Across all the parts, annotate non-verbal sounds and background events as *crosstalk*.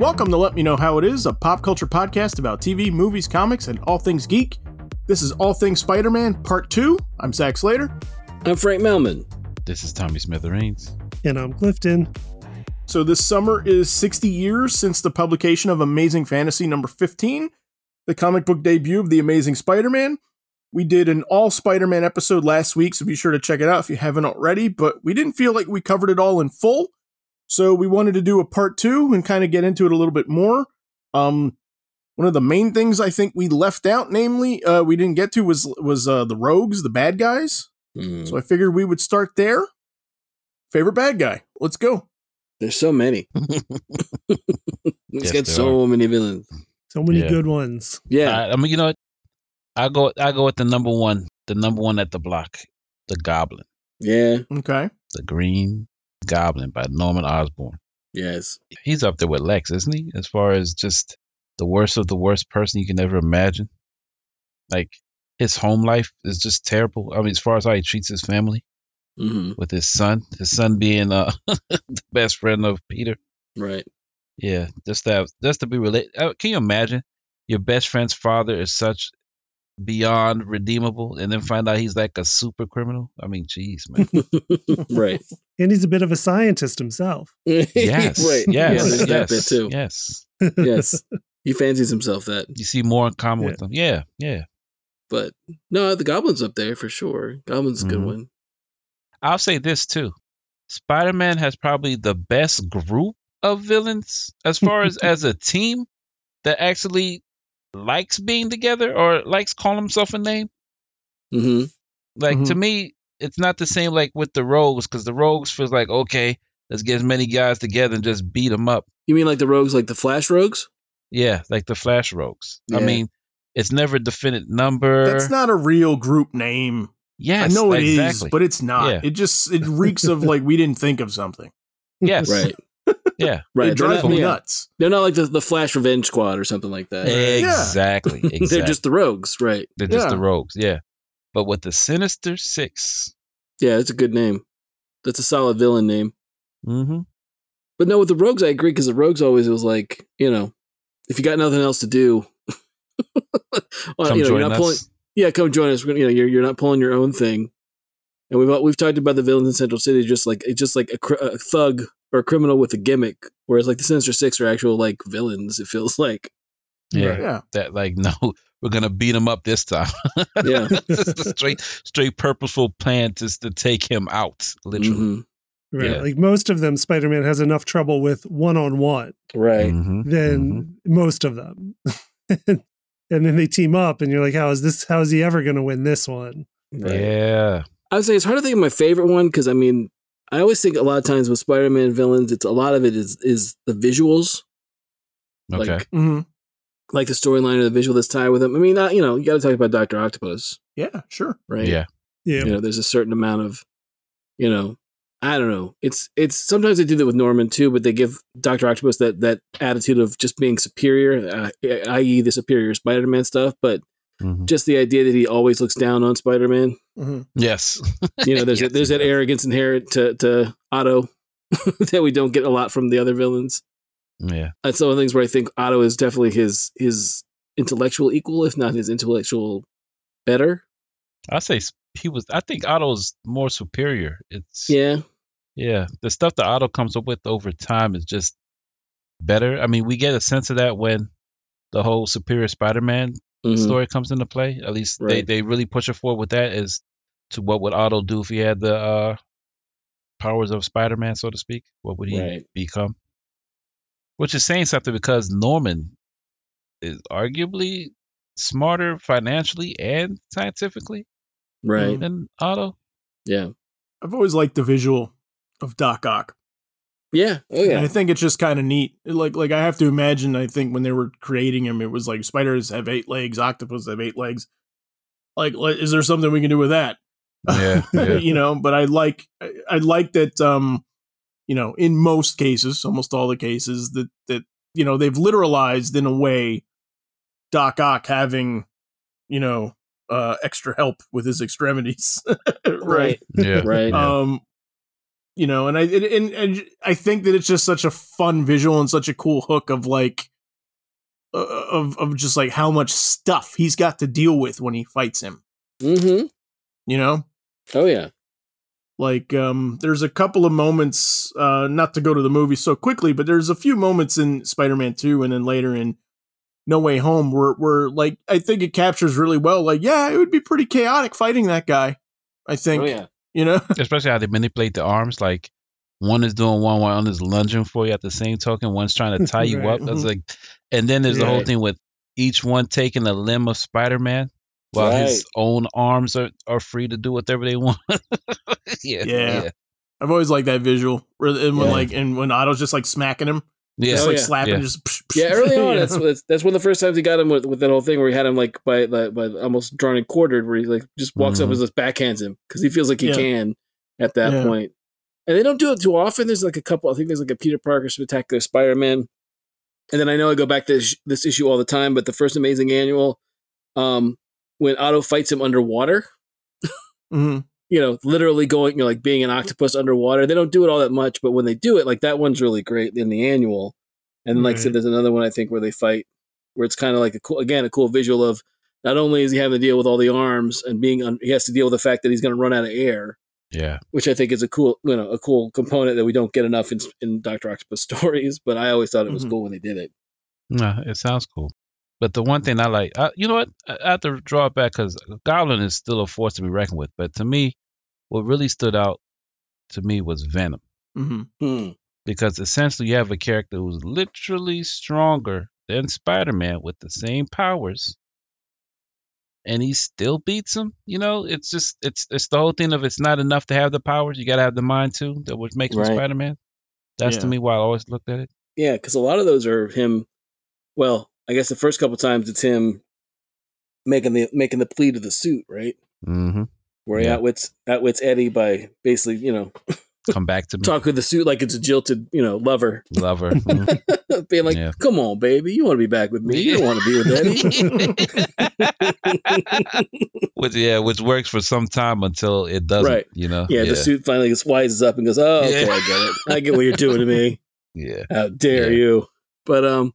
Welcome to Let Me Know How It Is, a pop culture podcast about TV, movies, comics, and all things geek. This is All Things Spider Man, Part 2. I'm Zach Slater. I'm Frank Melman. This is Tommy Smithereens. And I'm Clifton. So, this summer is 60 years since the publication of Amazing Fantasy number 15, the comic book debut of The Amazing Spider Man. We did an all Spider Man episode last week, so be sure to check it out if you haven't already, but we didn't feel like we covered it all in full. So we wanted to do a part two and kind of get into it a little bit more. Um, one of the main things I think we left out, namely, uh, we didn't get to was was uh, the rogues, the bad guys. Hmm. Mm, So I figured we would start there. Favorite bad guy. Let's go. There's so *laughs* many. It's Yes, got there so many villains. So many Yeah. good ones. Yeah. I, I mean, you know, what? I go, I go with the number one, the number one at the block, the Goblin, yeah. Okay. the Green Goblin by Norman Osborn. Yes. He's up there with Lex, isn't he? As far as just the worst of the worst person you can ever imagine. Like his home life is just terrible. I mean, as far as how he treats his family hmm with his son, his son being uh, *laughs* the best friend of Peter. Right. Yeah, just that, just to be related. Can you imagine your best friend's father is such beyond redeemable, and then find out he's like a super criminal? I mean, jeez, *laughs* man. Right. And he's a bit of a scientist himself. *laughs* Yes, *laughs* right. Yeah, yes, there's that yes, bit too. yes. Yes. He fancies himself that. You see more in common Yeah. with them. Yeah, yeah. But no, the goblin's up there for sure. Goblin's a good Mhm. one. I'll say this too: Spider-Man has probably the best group of villains as far as as a team that actually likes being together or likes calling himself a name. hmm like to Mhm. me it's not the same like with the rogues because the rogues feels like okay let's get as many guys together and just beat them up You mean like the rogues, like the Flash rogues? yeah like the flash rogues i Yeah. mean it's never a definite number That's not a real group name. yes I know it is, exactly. *laughs* but it's not. Yeah. It just it reeks of like we didn't think of something. yes *laughs* *laughs* Right. Yeah. Right. It drives they're, not, me yeah. nuts. they're not like the, the Flash Revenge Squad or something like that. Eh, exactly exactly *laughs* They're just the rogues. Right. yeah. the rogues yeah but with the sinister six Yeah, that's a good name. That's a solid villain name. mm-hmm. But no, with the Rogues, I agree because the Rogues always was like, you know, if you got nothing else to do, *laughs* well, come you know, you're join not us pulling. Yeah, come join us. We're gonna- You know, you're you're not pulling your own thing. And we've we've talked about the villains in Central City, just like it's just like a, cr- a thug or a criminal with a gimmick, whereas like the Sinister Six are actual like villains. It feels like, yeah Right. Yeah. that like *laughs* no we're gonna beat him up this time *laughs* yeah, just a straight straight purposeful plan just to take him out literally Mhm. Right. Yeah. Like most of them, Spider Man has enough trouble with one on one Mm-hmm. right, Mhm, mhm. than Mm-hmm. most of them. *laughs* and then they team up and you're like, How is this how is he ever gonna win this one? right. Yeah. I would say it's hard to think of my favorite one because I mean, I always think a lot of times with Spider-Man villains, it's a lot of it is is the visuals, Okay. like hmm like the storyline or the visual that's tied with them. I mean, not, you know, you got to talk about Doctor Octopus, Yeah. Sure. right? Yeah. Yeah. You know, there's a certain amount of, you know, I don't know. It's it's sometimes they do that with Norman too, but they give Doctor Octopus that that attitude of just being superior, uh, i.e., the superior Spider-Man stuff. But Mhm. just the idea that he always looks down on Spider-Man. hmm Yes. You *laughs* know, there's Yes, there's he that does. arrogance inherent to to Otto *laughs* that we don't get a lot from the other villains. Yeah. that's one of the things where I think Otto is definitely his his intellectual equal, if not his intellectual better. I say s- he was. I think Otto's more superior. It's yeah. Yeah, The stuff that Otto comes up with over time is just better. I mean, we get a sense of that when the whole Superior Spider-Man Mhm. story comes into play. At least they Right. they really push it forward with that. Is to what would Otto do if he had the uh, powers of Spider-Man, so to speak? What would he Right. become? Which is saying something because Norman is arguably smarter financially and scientifically right. than Otto. Yeah, I've always liked the visual of Doc Ock. yeah, oh And I yeah, think it's just kind of neat. Like like I have to imagine. I think when they were creating him, it was like spiders have eight legs, octopus have eight legs. Like, li- is there something we can do with that? *laughs* you know. But I like I, I like that. Um, you know, in most cases, almost all the cases that that you know they've literalized in a way. Doc Ock having, you know, uh, extra help with his extremities, *laughs* right? right. *laughs* yeah. Right. Um, you know and i and, and, and i think that it's just such a fun visual and such a cool hook of like uh, of of just like how much stuff he's got to deal with when he fights him Mm-hmm. you know Oh yeah. like um there's a couple of moments uh not to go to the movie so quickly but there's a few moments in spider-man 2 and then later in no way home where where like i think it captures really well like yeah it would be pretty chaotic fighting that guy i think Oh yeah. you know *laughs* *laughs* Especially how they manipulate the arms. Like one is doing one, one is lunging for you at the same token. One's trying to tie you up. Right. That's like, and then there's the whole Right. thing with each one taking a limb of Spider-Man while his own arms are, are free to do whatever they *laughs* want. yeah, Yeah. i've always liked that visual where and when Yeah. like and when otto's just like smacking him yeah. just Oh, like yeah. slapping Yeah. just psh, psh, *laughs* *laughs* Yeah, early on, you that's, know? that's that's one of the first times he got him with, with that whole thing where he had him like by by, by almost drawn and quartered, where he like just walks up Mhm. and just backhands him because he feels like he Mm-hmm. Yeah. can at that Yeah. point. And they don't do it too often. There's like a couple. I think there's like a Peter Parker spectacular Spider Man, and then I know I go back to this, this issue all the time, but the first Amazing Annual, um, when Otto fights him underwater, Mhm. you know, literally going, you know, like being an octopus underwater. They don't do it all that much, but when they do it, like that one's really great in the annual. And like I Right. said, there's another one I think where they fight, where it's kind of like a cool, again, a cool visual of not only is he having to deal with all the arms and being, un- he has to deal with the fact that he's going to run out of air, Yeah. which I think is a cool, you know, a cool component that we don't get enough in, in Doctor Octopus *laughs* stories. But I always thought it was Mhm. cool when they did it. No, it sounds cool. But the one thing I like, I, you know what? I, I have to draw it back because Goblin is still a force to be reckoned with. But to me, what really stood out to me was Venom. Mhm. Because essentially, you have a character who's literally stronger than Spider Man with the same powers. And he still beats him. You know, it's just, it's it's the whole thing of it's not enough to have the powers. You got to have the mind too, that what makes him Right. Spider Man. That's to Yeah. me why I always looked at it. Yeah, because a lot of those are him. Well, I guess the first couple times it's him making the making the plea to the suit, right? Mm-hmm. where he Yeah. outwits outwits Eddie by basically, you know, Come *laughs* back to me. talking to the suit like it's a jilted, you know, lover, *laughs* Lover. Mhm. being like, Yeah. "Come on, baby, you want to be back with me? You don't want to *laughs* be with Eddie." *laughs* which yeah, which works for some time until it doesn't. Right. You know. Yeah, the suit finally gets wises up and goes, "Oh, okay, Yeah. I get it. I get what you're doing to *laughs* me. yeah. How dare Yeah. you?" But um,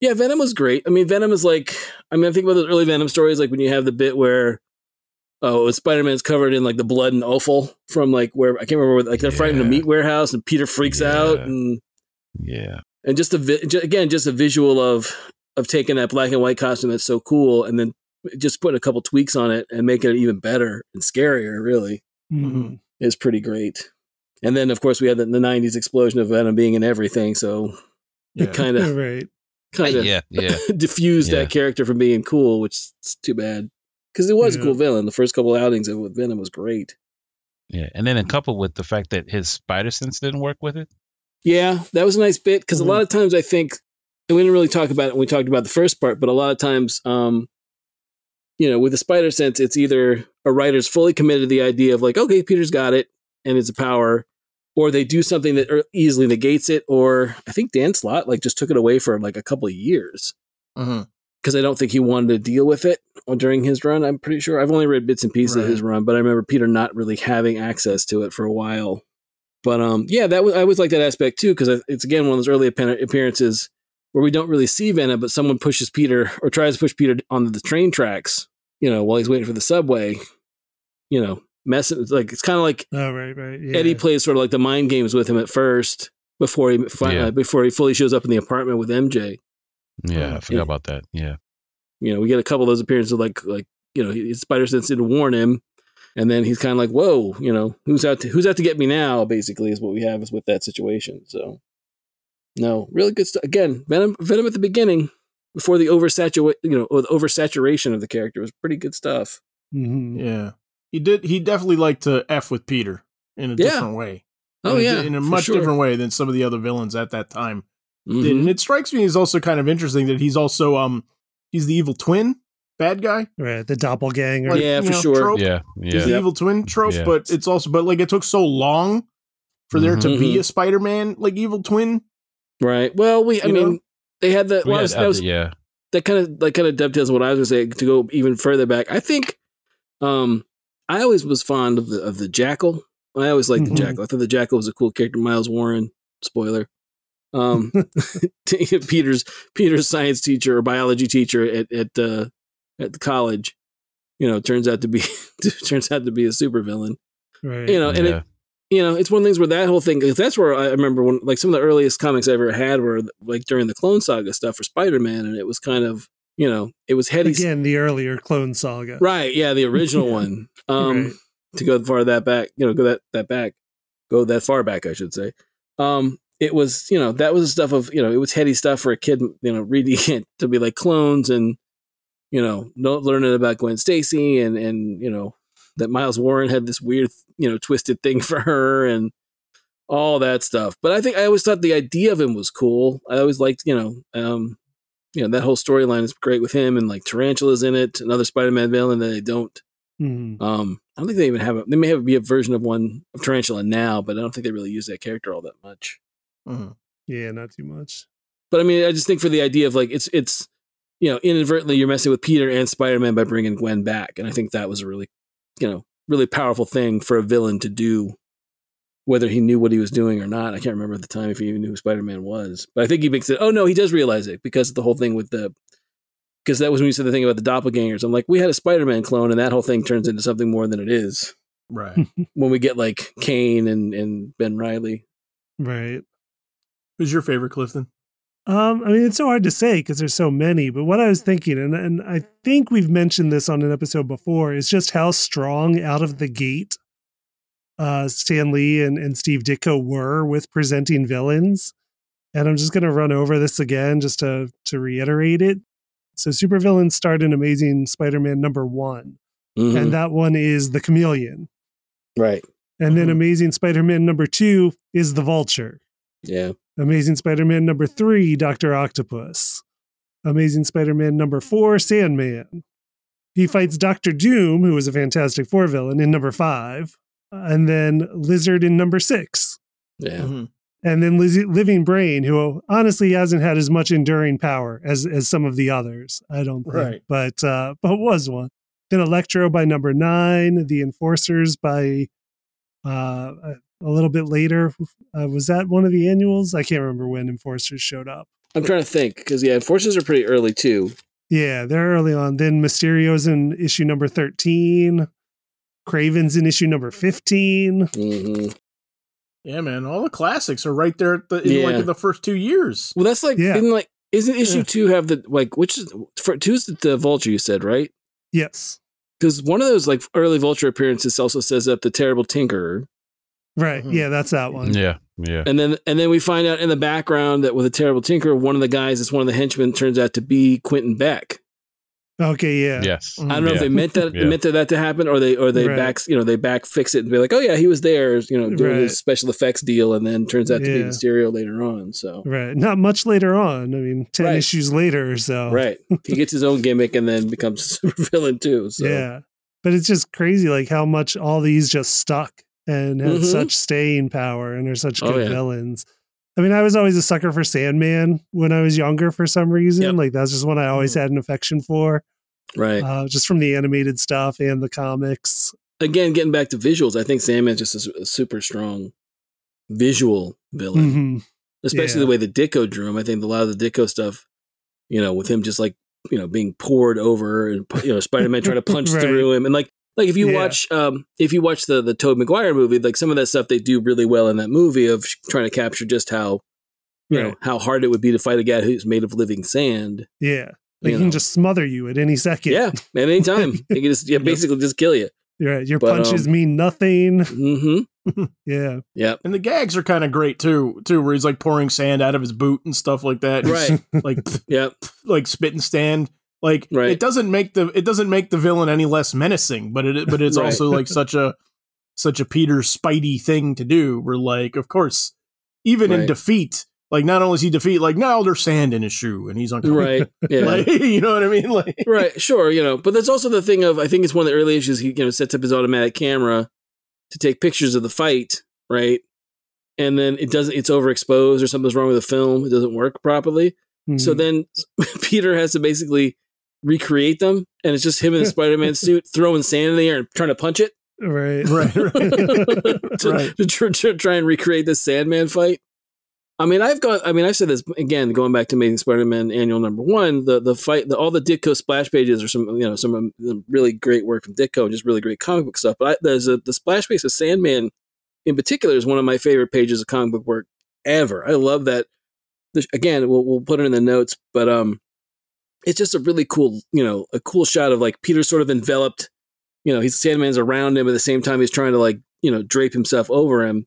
yeah, Venom was great. I mean, Venom is like, I mean, I think about those early Venom stories, like when you have the bit where. Oh, Spider Man's covered in like the blood and offal from like where I can't remember. Like they're fighting the Yeah. meat warehouse, and Peter freaks Yeah. out, and Yeah. and just the vi- ju- again just a visual of of taking that black and white costume that's so cool and then just putting a couple tweaks on it and making it even better and scarier really Mm-hmm. Mhm. is pretty great and then of course we had the, the 90s explosion of venom being in everything so Yeah. it kind *laughs* of right. kind of Yeah. Yeah. *laughs* diffused Yeah. that character from being cool which is too bad because it was Yeah. a cool villain the first couple outings of with venom was great Yeah. And then, in couple with the fact that his spider sense didn't work with it. Yeah, that was a nice bit because Mhm. a lot of times I think and we didn't really talk about it when we talked about the first part, but a lot of times, um, you know, with the spider sense, it's either a writer's fully committed to the idea of like, okay, Peter's got it and it's a power, or they do something that er- easily negates it, or I think Dan Slott like just took it away for like a couple of years Mhm. because I don't think he wanted to deal with it during his run. I'm pretty sure I've only read bits and pieces Right. of his run, but I remember Peter not really having access to it for a while. But um, yeah, that was I always like that aspect too because it's again one of those early appen- appearances where we don't really see Venom, but someone pushes Peter or tries to push Peter onto the train tracks, you know, while he's waiting for the subway, you know, messing like it's kind of like Oh, right, right. Yeah. Eddie plays sort of like the mind games with him at first before he fi- Yeah. uh, before he fully shows up in the apartment with MJ Oh, Yeah. I forgot Yeah. about that. Yeah. you know, we get a couple of those appearances of like like you know, his spider sense didn't warn him, and then he's kind of like, "Whoa, you know, who's out to who's out to get me now?" Basically, is what we have is with that situation. So, no, really good stuff. Again, Venom Venom at the beginning before the oversaturate you know or the oversaturation of the character was pretty good stuff. Mhm. Yeah. He did. He definitely liked to f with Peter in a Yeah. different way. Oh in yeah, a, in a for much sure. different way than some of the other villains at that time. Mhm. And it strikes me as also kind of interesting that he's also um he's the evil twin bad guy. Right. The doppelganger. Like, Yeah, you for sure. Trope. Yeah. He's the Yeah. Yep. evil twin trope, Yeah. but it's also but like it took so long for there to be Mhm. a Spider-Man like evil twin. Right. Well, we I You mean know? they had that. We well, I had was- that other- was yeah. that kind of like kind of dovetails what I was gonna say to go even further back. I think um I always was fond of the of the Jackal I always liked Mhm. the Jackal. I thought the Jackal was a cool character. Miles Warren, spoiler. Um, *laughs* Peter's Peter's science teacher or biology teacher at at uh, at the college, you know, turns out to be *laughs* turns out to be a supervillain. Right. You know, and it, yeah. you know, it's one of the things where that whole thing. 'cause That's where I remember when, like, some of the earliest comics I ever had were like during the Clone Saga stuff for Spider Man, and it was kind of, you know, it was heady, Again, the earlier Clone Saga. right? Yeah, the original Yeah. one. Um, Right. To go far that back, you know, go that that back, go that far back, I should say. Um, it was, you know, that was stuff of, you know, it was heady stuff for a kid, you know, reading *laughs* it to be like clones and, you know, not learning about Gwen Stacy and and you know that Miles Warren had this weird, you know, twisted thing *laughs* for her and all that stuff. But I think I always thought the idea of him was cool. I always liked, you know, um, you know, that whole storyline is great with him and like Tarantula's in it, another Spider-Man villain that they don't. Mhm. Um, I don't think they even have a, they may have be a version of one of Tarantula now, but I don't think they really use that character all that much. Mhm. Yeah, not too much. But I mean, I just think for the idea of like it's it's you know inadvertently you're messing with Peter and Spider Man by bringing Gwen back, and I think that was a really you know really powerful thing for a villain to do, whether he knew what he was doing or not. I can't remember at the time if he even knew who Spider Man was, but I think he makes it. Oh no, he does realize it because of the whole thing with the because that was when you said the thing about the doppelgangers. I'm like, we had a Spider Man clone, and that whole thing turns into something more than it is Right. when we get like Kane and and Ben Riley. Right. *laughs* Who's your favorite, Clifton? Um, I mean, it's so hard to say because there's so many. But what I was thinking, and and I think we've mentioned this on an episode before, is just how strong out of the gate uh, Stan Lee and, and Steve Ditko were with presenting villains. And I'm just going to run over this again just to to reiterate it. So, supervillains start in Amazing Spider-Man number one, Mhm. and that one is the Chameleon. right. And then Mhm. Amazing Spider-Man number two is the Vulture. Yeah. Amazing Spider Man number three, Dr. Octopus. Amazing Spider Man number four, Sandman. He fights Doctor Doom, who is a Fantastic Four villain, in number five, and then Lizard in number six, Mm-hmm. Yeah. Mhm. and then Liz- Living Brain, who honestly hasn't had as much enduring power as, as some of the others, I don't think, Right. but, uh, but was one. Then Electro by number nine, The Enforcers by uh, a little bit later. Uh, was that one of the annuals? I can't remember when Enforcers showed up. I'm trying to think because yeah, Enforcers are pretty early too. Yeah, they're early on. Then Mysterio's in issue number 13, Craven's in issue number 15. hmm Yeah, man. All the classics are right there at the, in like Yeah. in the first two years. Well, that's like Yeah. isn't like isn't issue Yeah. two have the like which is for two's the, the vulture you said right Yes. because one of those like early vulture appearances also says up the terrible tinkerer Right. Mhm. Yeah, that's that one. Yeah. Yeah. and then and then we find out in the background that with the terrible tinkerer one of the guys that's one of the henchmen turns out to be Quentin Beck. Okay, yeah. Yes. I Mm-hmm. don't know if Yeah. they meant *laughs* that Yeah. meant that, that to happen or they or they Right. back you know they back fix it and be like oh yeah he was there you know doing Right. his special effects deal and then turns out to Yeah. be Mysterio later on so Right. Not much later on. I mean, 10 Right. issues later or so. right he gets his *laughs* own gimmick and then becomes *laughs* a supervillain too so Yeah. But it's just crazy like how much all these just stuck and had Mhm. such staying power and are such Oh, good yeah. villains. I mean, I was always a sucker for Sandman when I was younger for some reason. Yep. Mm-hmm. Like that's just one I always had an affection for. right Uh, just from the animated stuff and the comics. again, getting back to visuals, I think Sandman's just a, su- a super strong visual villain, hmm especially yeah. the way the Dicko drew him. I think a lot of the Dicko stuff, you know, with him just like you know being poured over and you know Spider Man *laughs* trying to punch Right. through him, and like like if you Yeah. watch um if you watch the the Tobey Maguire movie, like some of that stuff they do really well in that movie of sh- trying to capture just how you know Right. how hard it would be to fight a guy who's made of living sand. Yeah. you Like he can know. just smother you at any second. yeah, at any time *laughs* they can just yeah, basically just kill you. You're Right. Your But, punches um, mean nothing. hmm Yeah. Yeah, And the gags are kind of great too, too, where he's like pouring sand out of his boot and stuff like that. right. *laughs* Like yeah, like spit and stand. Like Right. it doesn't make the it doesn't make the villain any less menacing, but it but it's *laughs* Right. also like such a such a Peter Spidey thing to do. We're like, of course, even in Right. defeat, like not only is he defeat, like now there's sand in his shoe and he's uncomfortable. *laughs* *laughs* right. Yeah. Like, you know what I mean? Like right sure you know but that's also the thing of i think it's one of the early issues he you know sets up his automatic camera to take pictures of the fight right and then it doesn't it's overexposed or something's wrong with the film it doesn't work properly so Mhm. then *laughs* peter has to basically recreate them and it's just him in a spider-man suit throwing sand in the air and trying to punch it *laughs* Right. *laughs* Right, right. *laughs* to, Right. to tr- tr- try and recreate this Sandman fight. I mean, I've gone. I mean, I've said this again, going back to Amazing Spider-Man Annual Number One. The the fight, the, all the Ditko splash pages are some you know some um, the really great work from Ditko, just really great comic book stuff. But I, there's a the splash page of Sandman in particular is one of my favorite pages of comic book work ever. I love that. There's- Again, we'll we'll put it in the notes, but um, it's just a really cool you know a cool shot of like Peter sort of enveloped you know, he's Sandman's around him at the same time he's trying to like, you know, drape himself over him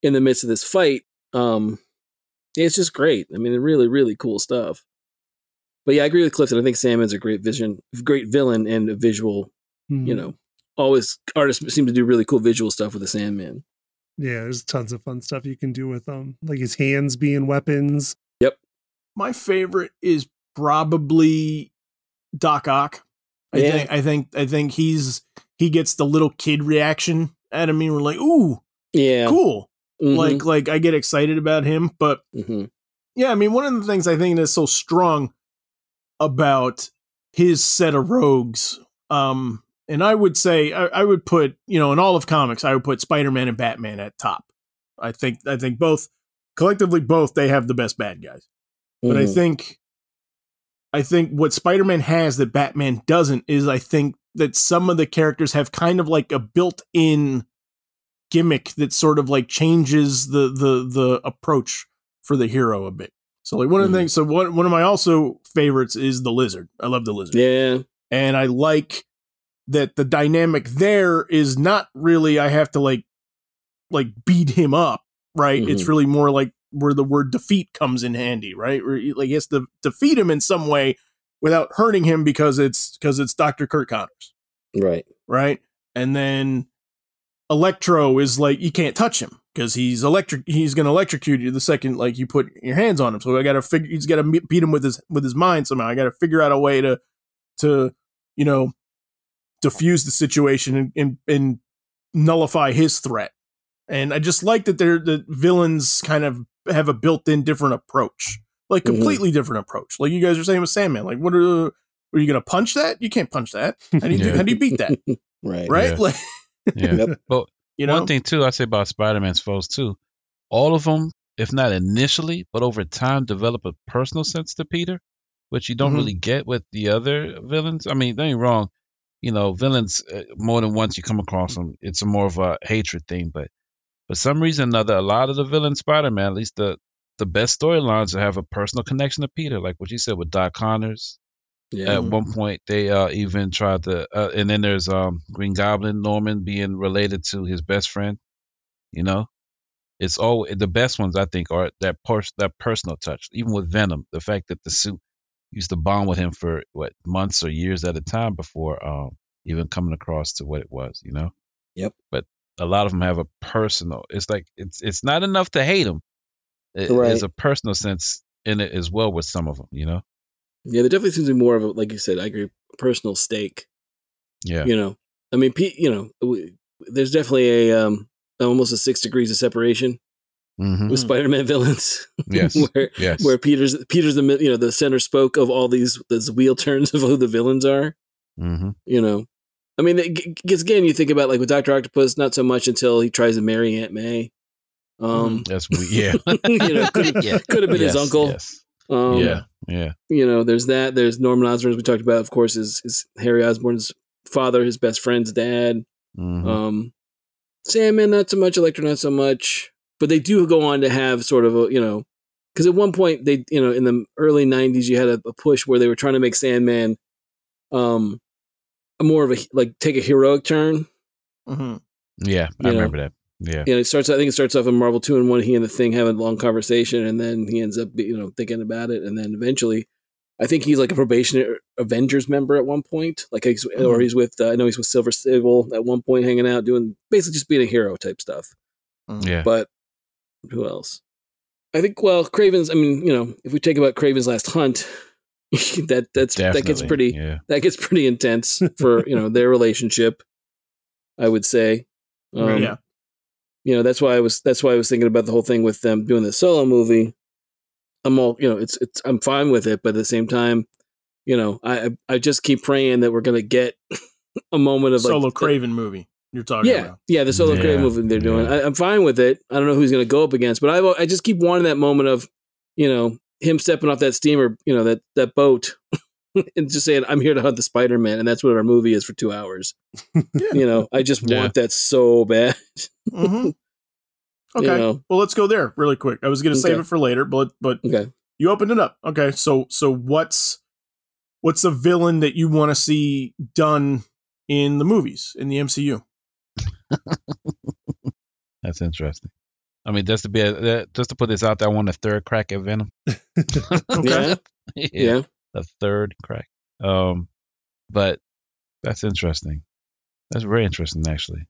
in the midst of this fight. Um it's just great. I mean, really, really cool stuff. But yeah, I agree with Clifton. I think Sandman's a great vision, great villain and a visual, Mm-hmm. you Mm-hmm. know, always artists seem to do really cool visual stuff with the Sandman. Yeah, there's tons of fun stuff you can do with them, like his hands being weapons. My favorite is probably Doc Ock. I Yeah. think I think I think he's he gets the little kid reaction out of me. We're like, ooh, Yeah. cool. Mhm. Like like I get excited about him. But Mhm. yeah, I mean, one of the things I think that's so strong about his set of rogues, um, and I would say I, I would put, you know, in all of comics, I would put Spider-Man and Batman at top. I think I think both collectively both they have the best bad guys. But I Mhm. think I think what Spider-Man has that Batman doesn't is I think that some of the characters have kind of like a built-in gimmick that sort of like changes the the the approach for the hero a bit. So like one of the Mhm. things so one one of my also favorites is the lizard. I love the lizard. Yeah. And I like that the dynamic there is not really I have to like like beat him up, right? It's Mhm. really more like where the word defeat comes in handy, right? Where you- like he has to defeat him in some way without hurting him because it's because it's Dr. Kirk Connors, Right. right? And then Electro is like you can't touch him because he's electric. He's gonna electrocute you the second like you put your hands on him. So I gotta figure. He's gotta me- beat him with his with his mind somehow. I gotta figure out a way to to you know diffuse the situation and and, and nullify his threat. And I just like that they're the villains kind of have a built-in different approach, like Mhm. completely different approach. Like you guys are saying with Sandman, like what are are you gonna punch that? You can't punch that. How do you do, Yeah. how do you beat that? Right. Right? Yeah. Like *laughs* Yeah. Yep. But you know one thing too, I say about Spider-Man's foes too, all of them, if not initially, but over time, develop a personal sense to Peter, which you don't Mhm. really get with the other villains. I mean, don't get me wrong, you know, villains uh, more than once you come across them, it's a more of a hatred thing. But for some reason or another, a lot of the villain Spider-Man, at least the the best storylines, have a personal connection to Peter, like what you said with Doc Connors, Yeah. at one point they uh even tried to uh, and then there's um green goblin norman being related to his best friend you know it's all the best ones i think are that pers- that personal touch even with venom the fact that the suit used to bond with him for what months or years at a time before um even coming across to what it was you know Yep. but a lot of them have a personal it's like it's it's not enough to hate them Right. there's a personal sense in it as well with some of them you know Yeah. There definitely seems to be more of a, like you said, I agree, personal stake yeah you know i mean Pete, you know w- there's definitely a um almost a six degrees of separation *laughs* hmm with Mhm. spider-man villains yes *laughs* where yes where peter's peter's the mi- you know the center spoke of all these those wheel turns *laughs* of who the villains are mm-hmm. you know i mean because again you think about like with dr octopus not so much until he tries to marry aunt may um *laughs* That's we *laughs* yeah. you know could *laughs* yeah. have been his Mm. Yes, uncle Yes. um yeah. Yeah. you know, there's that. There's Norman Osborn, as we talked about, of course, is, is Harry Osborn's father, his best friend's dad. Mhm. Um, Sandman, not so much. Electro, not so much. But they do go on to have sort of a, you know, because at one point they, you know, in the early '90s, you had a, a push where they were trying to make Sandman, um, a more of a like take a heroic turn. Mhm. um, yeah. I you know. remember that. Yeah. You know, it starts. I think it starts off in Marvel Two and One. He and the Thing have a long conversation, and then he ends up, you know, thinking about it, and then eventually. I think he's like a probationary Avengers member at one point, like he's, or he's with uh, I know he's with Silver Sable at one point, hanging out, doing basically just being a hero type stuff. Yeah. *laughs* But who else? I think well, Craven's. I mean, you know, if we take about Craven's Last Hunt, *laughs* that that's that gets Definitely. pretty Yeah. that gets pretty intense for you know their relationship. I would say, um, yeah. you know, that's why I was that's why I was thinking about the whole thing with them doing the solo movie. I'm all you know, it's it's I'm fine with it, but at the same time, you know, I I I just keep praying that we're gonna get *laughs* a moment of like Solo Craven movie. you're talking Yeah, about. yeah, the solo Yeah, credit movement they're doing. yeah. I, I'm fine with it. I don't know who he's going to go up against, but I I just keep wanting that moment of, you know, him stepping off that steamer, you know, that that boat, *laughs* and just saying, "I'm here to hunt the Spider Man," and that's what our movie is for *laughs* two hours. You know, I just Yeah. want that so bad. *laughs* Mhm. Okay. You know? Well, let's go there really quick. I was going to save Okay. it for later, but but Okay. you opened it up. Okay. So so what's what's a villain that you want to see done in the movies in the MCU? That's interesting. I mean, just to be a, that- just to put this out there, I want a third crack *laughs* at Venom. *laughs* Yeah, yeah, yeah. a third crack. Um, but that's interesting. That's very interesting, actually.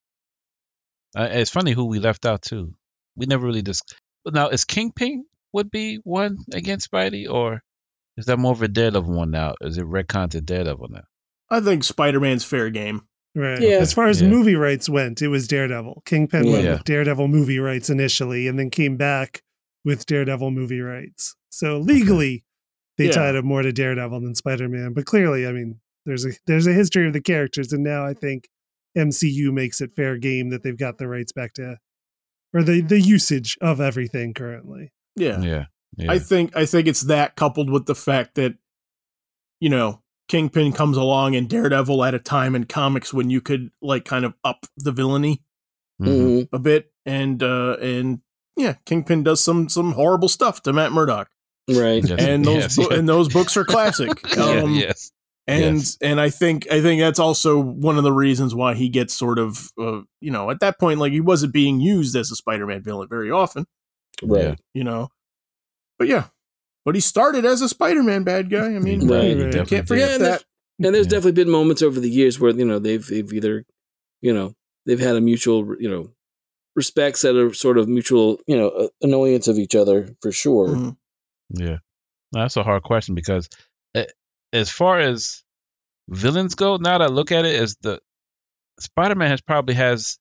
Uh, it's funny who we left out too. We never really dis. But now, is Kingpin would be one against Spidey, or is that more of a Daredevil one now? Is it retcon to Daredevil now? I think Spider-Man's fair game. Right. Yeah. As far as Yeah. movie rights went, it was Daredevil. Kingpin went Yeah. with Daredevil movie rights initially and then came back with Daredevil movie rights. So legally they Yeah. tied it more to Daredevil than Spider-Man, but clearly, I mean, there's a there's a history of the characters and now I think MCU makes it fair game that they've got the rights back to or the the usage of everything currently. Yeah. Yeah, yeah. I think I think it's that coupled with the fact that you know Kingpin comes along and Daredevil at a time in comics when you could like kind of up the villainy Mhm. a bit and uh and yeah Kingpin does some some horrible stuff to Matt *laughs* Murdock Mhm. Right. Yes, and those yes, bo- yes. and those books are classic *laughs* Yeah, um, yes. and yes. and I think I think that's also one of the reasons why he gets sort of uh, you know at that point like he wasn't being used as a Spider-Man villain very often Right. you know. But yeah, but he started as a Spider-Man bad guy. I *laughs* mean, Right. you Right. definitely can't did. forget Yeah, and that. And there's Yeah. definitely been moments over the years where you know they've they've either, you know, they've had a mutual you know, respects that are sort of mutual you know uh, annoyance of each other for sure. Mhm. Yeah, No, that's a hard question because, uh, as far as villains go, now that I look at it, is the Spider-Man has probably has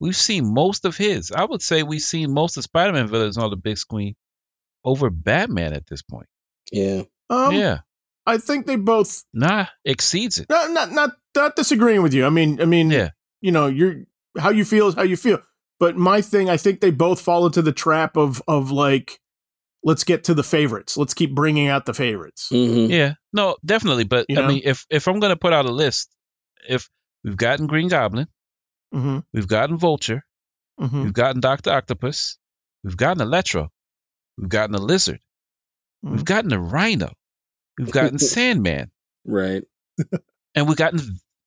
we've seen most of his. I would say we've seen most of Spider-Man villains on the big screen over Batman at this point. Yeah. Um, yeah, I think they both nah, exceeds it. not not not not disagreeing with you. I mean, I mean, Yeah. you know, you're how you feel is how you feel. But my thing, I think they both fall into the trap of of like, let's get to the favorites. Let's keep bringing out the favorites. Mm-hmm. Yeah, no, definitely. But You I know? mean, if if I'm gonna put out a list, if we've gotten Green Goblin, hmm we've gotten Vulture, hmm we've gotten Doctor Octopus, we've gotten Electro, we've gotten a Lizard. We've Mhm. gotten the Rhino. *laughs* We've gotten Sandman. Right. And we've gotten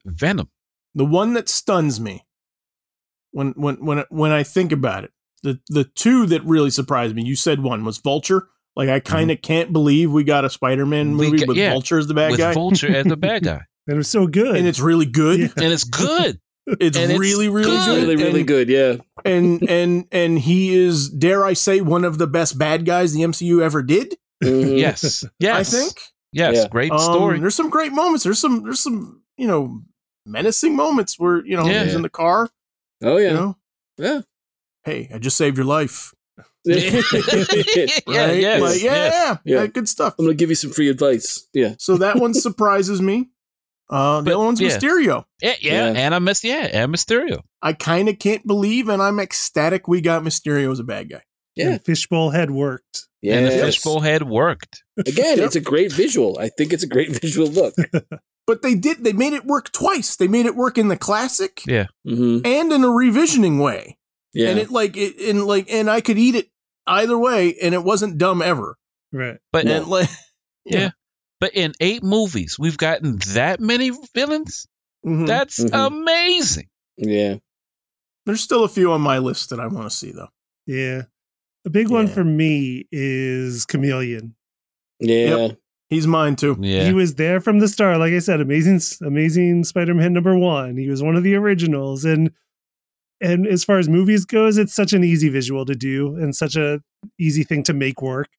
Venom. The one that stuns me when when when when I think about it, the the two that really surprised me. You said one was Vulture. Like I kind of can't believe we got a Spider-Man Mm-hmm. We movie got- with yeah, Vulture as the bad with guy, Vulture *laughs* as the bad guy. And it was so good. and it's really good. Yeah. And *laughs* it's good. It's And it's really really good. good. Really, really and, *laughs* good. Yeah. and and and he is dare I say one of the best bad guys the MCU ever did. Mhm. Yes. Yes. I think. Yes. Yeah. Great Um, story. There's some great moments. There's some there's some you know menacing moments where you know Yeah. he's in the car. Oh yeah. You know, Yeah. hey, I just saved your life. *laughs* yeah. *laughs* right? yes, Like, yeah, yes. yeah, yeah. yeah, good stuff. *laughs* I'm gonna give you some free advice. Yeah. So that one surprises me. Uh, the But, other one's yeah. Mysterio. Yeah, yeah, Yeah. And I missed. Yeah. And Mysterio. I kind of can't believe, and I'm ecstatic we got Mysterio as a bad guy. Yeah. And Fishbowl had worked. Yeah. And the fishbowl head worked. Again, Yep. it's a great visual. I think it's a great *laughs* visual look. But they did. They made it work twice. They made it work in the classic Yeah. Mm-hmm. and in a revisioning way. Yeah. And it like it and like and I could eat it either way, and it wasn't dumb ever. Right. But Yeah. And like, *laughs* yeah. But in eight movies, we've gotten that many villains. Mhm. That's Mhm. amazing. yeah. there's still a few on my list that I want to see though. Yeah. A big one Yeah. for me is Chameleon. Yeah. He's mine too. He Yeah. was there from the start. Like I said, amazing, amazing Spider-Man number one. He was one of the originals, and and as far as movies goes, it's such an easy visual to do and such a easy thing to make work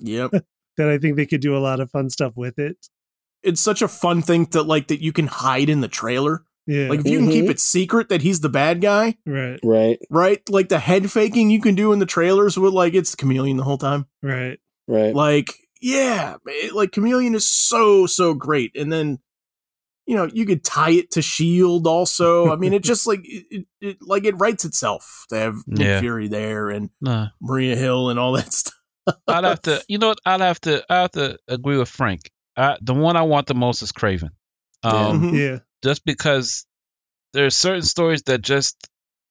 Yep. that I think they could do a lot of fun stuff with it. *laughs* it's such a fun thing to like that you can hide in the trailer. Yeah, Like if you can Mhm. keep it secret that he's the bad guy, right, Right. right? Like the head faking you can do in the trailers with like it's Chameleon the whole time. right. Right. Like yeah, it- like Chameleon is so so great. And then you know you could tie it to shield E also i mean it just like it, it, it like it writes itself to have Nick Yeah. fury there and Nah. maria hill and all that *laughs* stuff I'd have to. You know what? I'd have to. I have to agree with Frank. I, the one I want the most is Craven. Um, Mhm. Yeah. just because there are certain stories that just,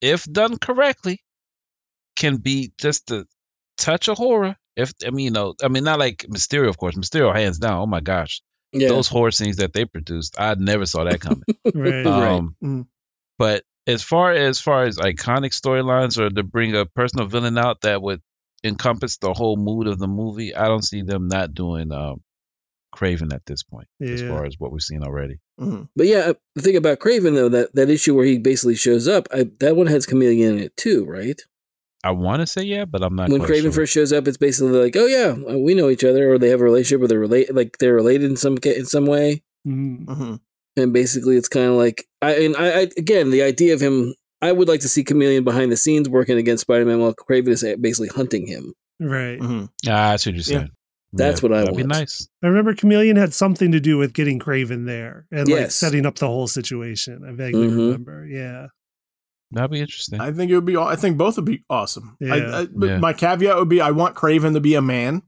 if done correctly, can be just a touch of horror. If I mean, you know, I mean, not like Mysterio, of course. Mysterio, hands down. Oh my gosh, Yeah. those horror scenes that they produced, I never saw that coming. Right. Right. Um, Mm. But as far as far as iconic storylines or to bring a personal villain out that would encompass the whole mood of the movie, I don't see them not doing um, Craven at this point. As Yeah. far as what we've seen already, Mhm. But yeah, uh, the thing about Craven though, that, that issue where he basically shows up, I, that one has Chameleon in it too, right? I want to say yeah, but I'm not. when quite Craven sure. first shows up, it's basically like, oh yeah, we know each other, or they have a relationship, or they're related, like they're related in some ca- in some way. Mm. Mhm. And basically, it's kind of like I and I, I again the idea of him. I would like to see Chameleon behind the scenes working against Spider Man while Craven is uh, basically hunting him. *laughs* Right. Mhm. Ah, I see what you're Yeah. saying. That's what I that'd want. Be nice. I remember Chameleon had something to do with getting Craven there and like Yes. setting up the whole situation. I vaguely Mhm. remember. Yeah. That'd be interesting. i think it would be aw- i think both would be awesome I, Yeah. I, but Yeah. my caveat would be i want craven to be a man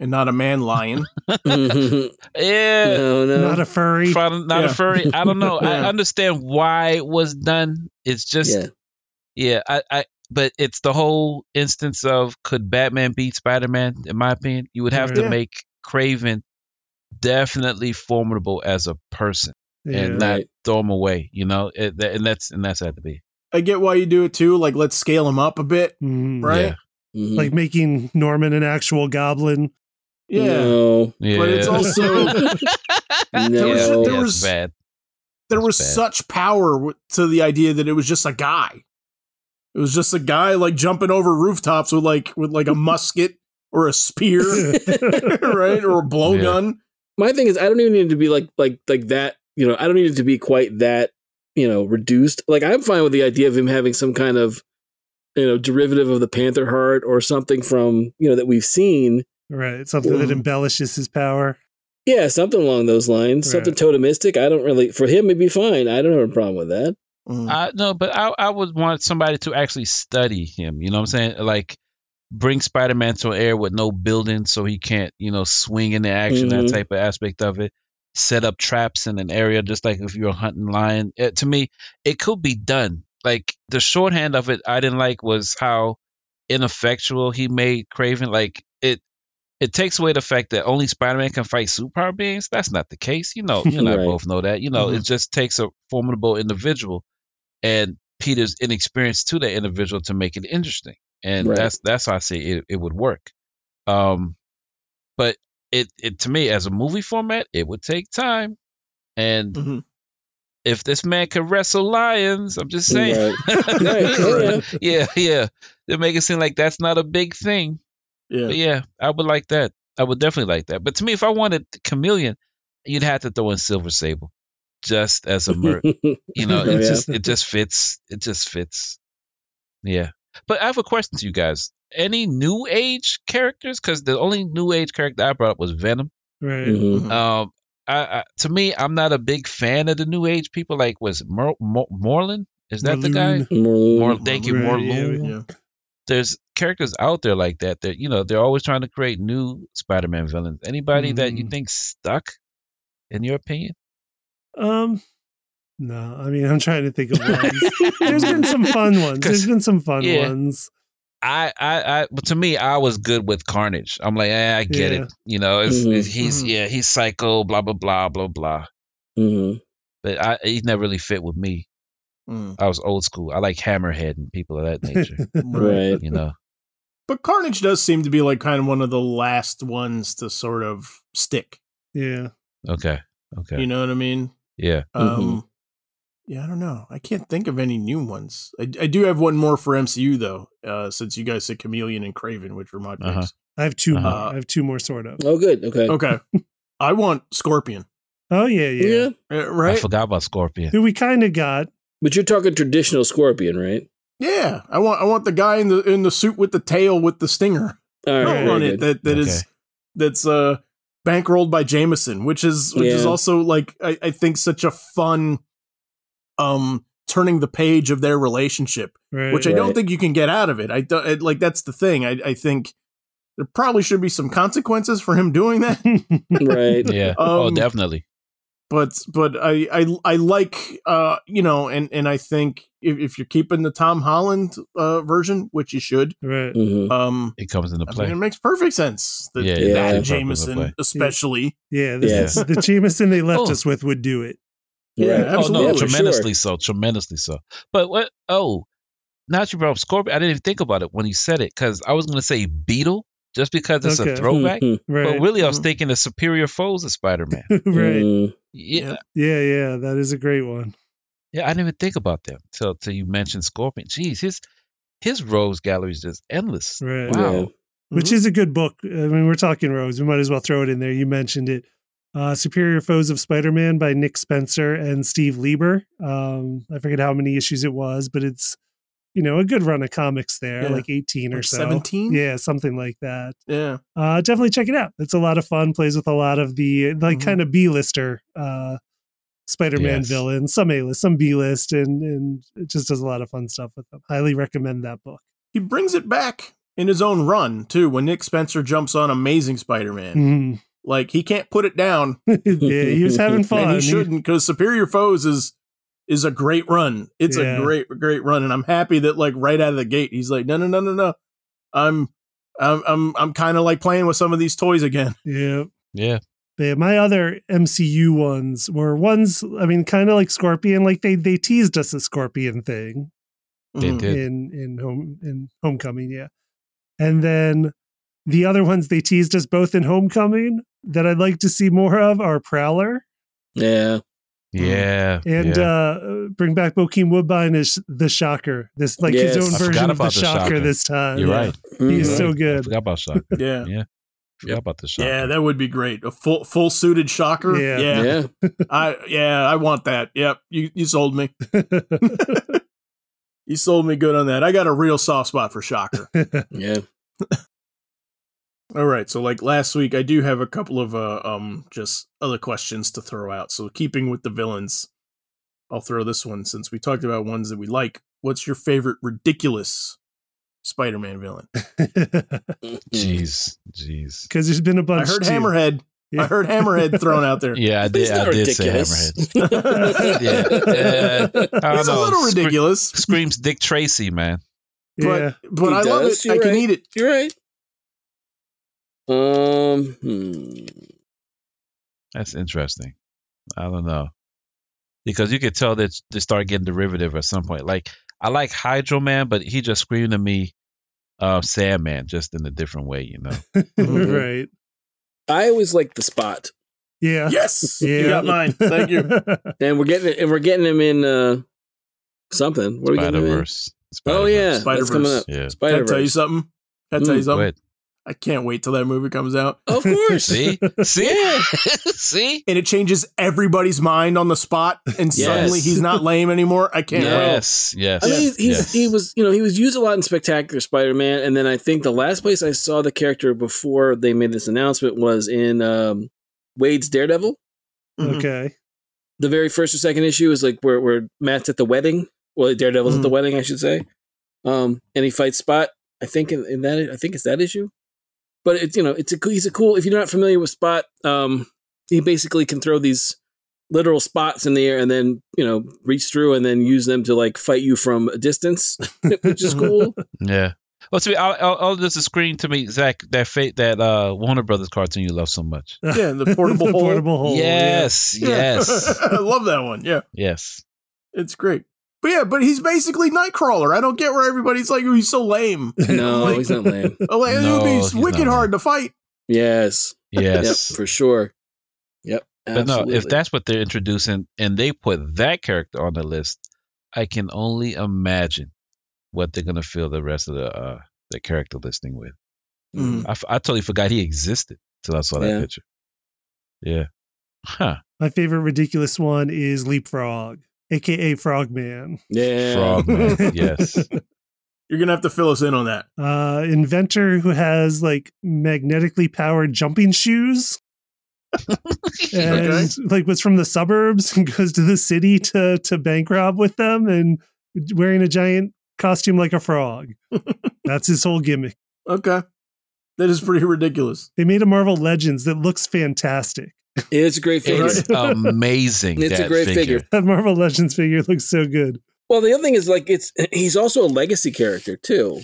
and not a man lion *laughs* no, yeah. no, Not a furry. From- not Yeah. a furry. I don't know. I *laughs* Yeah. understand why it was done. It's just yeah, yeah. I, I but it's the whole instance of could Batman beat Spider Man, in my opinion. You would have to Yeah. make Craven definitely formidable as a person. yeah. And right. Throw him away, you know? It, that, and that's and that's had to be. i get why you do it too like let's scale him up a bit Mhm. Right? Mhm. Like making Norman an actual goblin. yeah No. Yeah. But it's *laughs* also- There was- there Yeah, it's was- bad. there That's was bad. such power w- to the idea that it was just a guy. It was just a guy like jumping over rooftops with like with like a musket or a spear, *laughs* *laughs* right, or a blowgun. my thing is I don't even need it to be like like like that. You know, I don't need it to be quite that. You know, reduced. Like I'm fine with the idea of him having some kind of you know derivative of the Panther Heart or something from you know that we've seen. Right. Something that Mm-hmm. Yeah. embellishes his power. Yeah, something along those lines. Something Right. totemistic. I don't really for him it'd be fine. I don't have a problem with that. Mm. I no, but I I would want somebody to actually study him. You know what I'm saying? Like bring Spider Man to an area with no building so he can't, you know, swing into action, Mhm. that type of aspect of it. Set up traps in an area just like if you're hunting lion. Eh, to me, it could be done. Like the shorthand of it I didn't like was how ineffectual he made Craven. Like it it takes away the fact that only Spider Man can fight superpower beings. That's not the case. You know, you and I Right. both know that. You know, Mm-hmm. it just takes a formidable individual and Peter's inexperience to that individual to make it interesting. And Right. that's that's how I say it, it would work. Um but it, it to me as a movie format, it would take time. And Mhm. Mm-hmm. if this man could wrestle lions, I'm just saying Right. *laughs* Right. Oh, yeah. yeah, yeah. They make it seem like that's not a big thing. Yeah. But yeah, I would like that. I would definitely like that. But to me, if I wanted Chameleon, you'd have to throw in Silver Sable just as *laughs* a merc. you know, Oh, it yeah. just it just fits. It just fits. Yeah. But I have a question to you guys. Any new age characters? Because the only new age character I brought up was Venom. Right. Mhm. Mhm. Um, I, I to me, I'm not a big fan of the new age people. Like, was Mor- Mor- Morland? Is that the guy? Merlun. Morlun. Mor- thank you, Right, yeah, Morlun. yeah. There's characters out there like that. That you know, they're always trying to create new Spider-Man villains. Anybody that you Mm-hmm. Mm. think stuck, in your opinion? Um, no, I mean, I'm trying to *laughs* think of ones. There's been some fun *laughs* ones. There's been some fun Yeah. ones. I, I, I, but to me, I was good with Carnage. I'm like, eh, I get Yeah. it. You know, it's, Mhm. it's- he's Mhm. yeah, he's psycho, blah blah blah blah blah. Mhm. But I, he never really fit with me. Mm. I was old school. I like Hammerhead and people of that nature. *laughs* right. Right. you know, But Carnage does seem to be like kind of one of the last ones to sort of stick. Yeah. okay, okay, You know what I mean? yeah. Mm-hmm. Um, yeah, I don't know. I can't think of any new ones. I, I do have one more for MCU though, uh, since you guys said Chameleon and Craven, which were my picks. Uh-huh. I have 2 more. Uh, I have two more, sort of. Oh, good. Okay. Okay, I want Scorpion. Oh yeah, yeah. yeah. Uh, I right? forgot *laughs* about Scorpion. Who we kind of got. But you're talking traditional Scorpion, right? Yeah, I want I want the guy in the in the suit with the tail with the stinger *laughs* All on right. very it good. that that is Okay. that's uh bankrolled by Jameson, which is which is Yeah. also like I, I think such a fun um turning the page of their relationship, Right. which I *laughs* don't Right. think you can get out of it. I don't it- like that's the thing. I I think there probably should be some consequences for him *laughs* doing that, right. *laughs* Yeah. oh, Um, definitely. but but I I I like uh you know and and I think if, if you're keeping the Tom Holland uh version, which you should, right. Mhm. um It comes into I play. mean, it makes perfect sense. That, Yeah, that it does make perfect Jameson, play. especially. Yeah, this Yeah. is the Jameson they left Oh. us with would do it. Yeah, Right. absolutely. Oh Yeah, no, for tremendously sure. so, tremendously so. But what? Oh, now that you brought up Scorpion, I didn't even think about it when you said it because I was going to say Beetle just because it's Okay. *laughs* a throwback. Mhm. Right. But really, I was Mhm. thinking the superior foes of Spider Man. *laughs* Mm. right. Mhm. yeah, Yeah, yeah, that is a great one. yeah, I didn't even think about them till till you mentioned Scorpion. Jeez, his his rose gallery is just endless. Right. Wow. Yeah. Which Mhm. is a good book. I mean, we're talking Rose. We might as well throw it in there. You mentioned it. Uh, Superior Foes of Spider Man by Nick Spencer and Steve Lieber. Um, I forget how many issues it was, but it's, you know, a good run of comics there, Yeah. like 18 or Like so. 17? Yeah, something like that. Yeah. uh, definitely check it out. It's a lot of fun. Plays with a lot of the like Mhm. kind of B lister uh, Spider-Man Yes. villains, some A list, some B list, and and it just does a lot of fun stuff with them. Highly recommend that book. He brings it back in his own run, too, when Nick Spencer jumps on Amazing Spider Man. Hmm. Mhm. Like, he can't put it down, *laughs* yeah, he was having fun. and he shouldn't, because Superior Foes is is a great run. It's Yeah. a great, great run. And I'm happy that, like, right out of the gate, he's like, no, no, no, no, no. I'm. I'm I'm I'm kind of like playing with some of these toys again. yeah. Yeah, But yeah, my other MCU ones were ones. I mean, kind of like Scorpion. Like they they teased us a Scorpion thing, they Mhm. *laughs* did. in in home in homecoming yeah and then the other ones they teased us both in homecoming that i'd like to see more of are prowler Yeah. Yeah, and yeah. uh bring back Bokeem woodbine as the shocker this like Yes. his own I forgot version of the, about the shocker, Shocker. this time you're yeah. right. Mhm. he's You're so right. I good. forgot about Shocker. *laughs* Yeah, Yeah, forgot about the Shocker. yeah, that would be great. A full full suited shocker. Yeah. yeah, yeah. I yeah, I want that. Yep, you you sold me. you sold me good on that. I got a real soft spot for Shocker. *laughs* Yeah. All right, so like last week, I do have a couple of uh, um just other questions to throw out. So keeping with the villains, I'll throw this one since we talked about ones that we like. What's your favorite ridiculous Spider-Man villain? because Mm-hmm. Mm. Jeez, jeez. there's been a bunch I heard too. Hammerhead. I Yeah. heard Hammerhead thrown out there. *laughs* Yeah, I But he's did. I not did ridiculous. say Hammerhead. Yeah. Hammerhead. I don't It's a know. little Scre- ridiculous, Screams Dick Tracy, man. but yeah but He I love does, it. I you're can right. eat it. *laughs* You're right. Um. hmm. That's interesting. I don't know because you could tell that they start getting derivative at some point. Like I like Hydro Man, but he just screamed to me, uh, Sandman, just in a different way, you know. *laughs* Mm-hmm. Mhm. right I always like the spot, yeah Yes, *laughs* yeah you got mine. Thank *laughs* *laughs* you. Mm-hmm. and we're getting and we're getting him in uh something. What are we getting Spider him in? Verse. Oh yeah, that's Spider-Verse. coming up. yeah. Can I Spider tell you Verse. something? Can I tell you Mm, Go something? ahead. I can't wait till that movie comes out. Of course. *laughs* See, see, *laughs* see. And it changes everybody's mind on the spot, and Yes. suddenly he's *laughs* not lame anymore. I can't No. wait. Yes, yes. I mean, he's, he's, yes. he was, you know, he was used a lot in Spectacular Spider-Man, and then I think the last place I saw the character before they made this announcement was in um, Wade's Daredevil. Mm-hmm. Mhm. okay The very first or second issue is like where where Matt's at the wedding, well, Daredevil's at the Mhm. wedding, I should say, um, and he fights Spot. I think in, in that, I think it's that issue. But it's you know, it's a coo- he's a cool. If you're not familiar with Spot, um, he basically can throw these literal spots in the air and then you know reach through and then use them to like fight you from a distance, which is cool. Yeah. Well, to me, all, all, all this is screamed to me, Zach, that fate, that uh, Warner Brothers cartoon you love so much. Yeah, *laughs* the portable the hole. *laughs* portable Oh, hole *laughs* yeah. *laughs* yes, yes, I love that one. Yeah, yes. it's great. But yeah, but he's basically Nightcrawler. I don't get where everybody's like, oh, he's so lame. No, Like- he's not lame. Oh, like, No, it would he's be wicked not hard to fight. Yes. Yes. Yep, for sure. Yep. but no, if absolutely. that's what they're introducing and they put that character on the list, I can only imagine what they're going to fill the rest of the uh, the character listing with. Mhm. I, f- I totally forgot he existed till I saw that Hmm. Yeah. picture. Yeah. Huh. My favorite ridiculous one is Leapfrog, aka Frogman, Yeah. *laughs* Frogman. yes. You're gonna have to fill us in on that. uh, inventor who has like magnetically powered jumping shoes. and Okay. like was from the suburbs and *laughs* goes to the city to to bank rob with them and wearing a giant costume like *laughs* a frog. That's his whole gimmick. Okay. That is pretty *laughs* ridiculous. They made a Marvel Legends that looks fantastic. It's a great figure. *laughs* *laughs* It's amazing. It's a that great figure. That Marvel Legends figure looks so good. Well, the other thing is like it's *clears throat* he's also a legacy character too,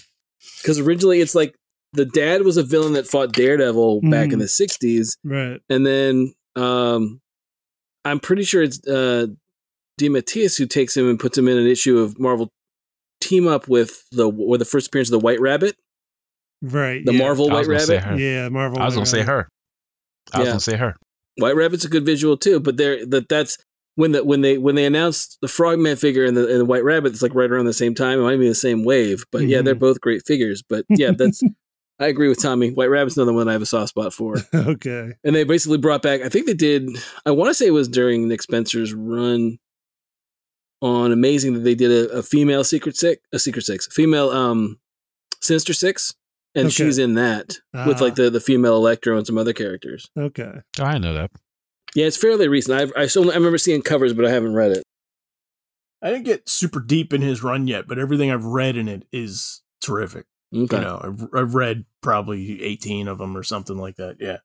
because originally it's like the dad was a villain that fought Daredevil back in Hmm. Mhm. the '60s, Right. and then um, I'm pretty sure it's uh, DeMatteis who takes him and puts him in an issue of Marvel team up with the or the first appearance of the White Rabbit, Right. the yeah. Marvel I was White gonna say Rabbit. her. Yeah, Marvel. I was gonna Legends. say her. I was Yeah. gonna say her. White Rabbit's a good visual too, but there that that's when the when they when they announced the Frogman figure and the, and the White Rabbit, it's like right around the same time. It might be the same wave, but yeah, they're Mhm. both great figures. But *laughs* yeah, that's I agree with Tommy. White Rabbit's another one I have a soft spot for. *laughs* Okay. And they basically brought back. I think they did. I want to say it was during Nick Spencer's run on Amazing that they did a, a female Secret Six, a Secret Six, female um Sinister Six, and Okay. she's in that with Ah. like the the female Electro and some other characters. Uh, Okay. Oh, I know that. Yeah, it's fairly recent. I've, I still I remember seeing covers, but I haven't read it. I didn't get super deep in his run yet, but everything I've read in it is terrific. Okay. You know, I've, I've read probably 18 of them or something like that. Yeah.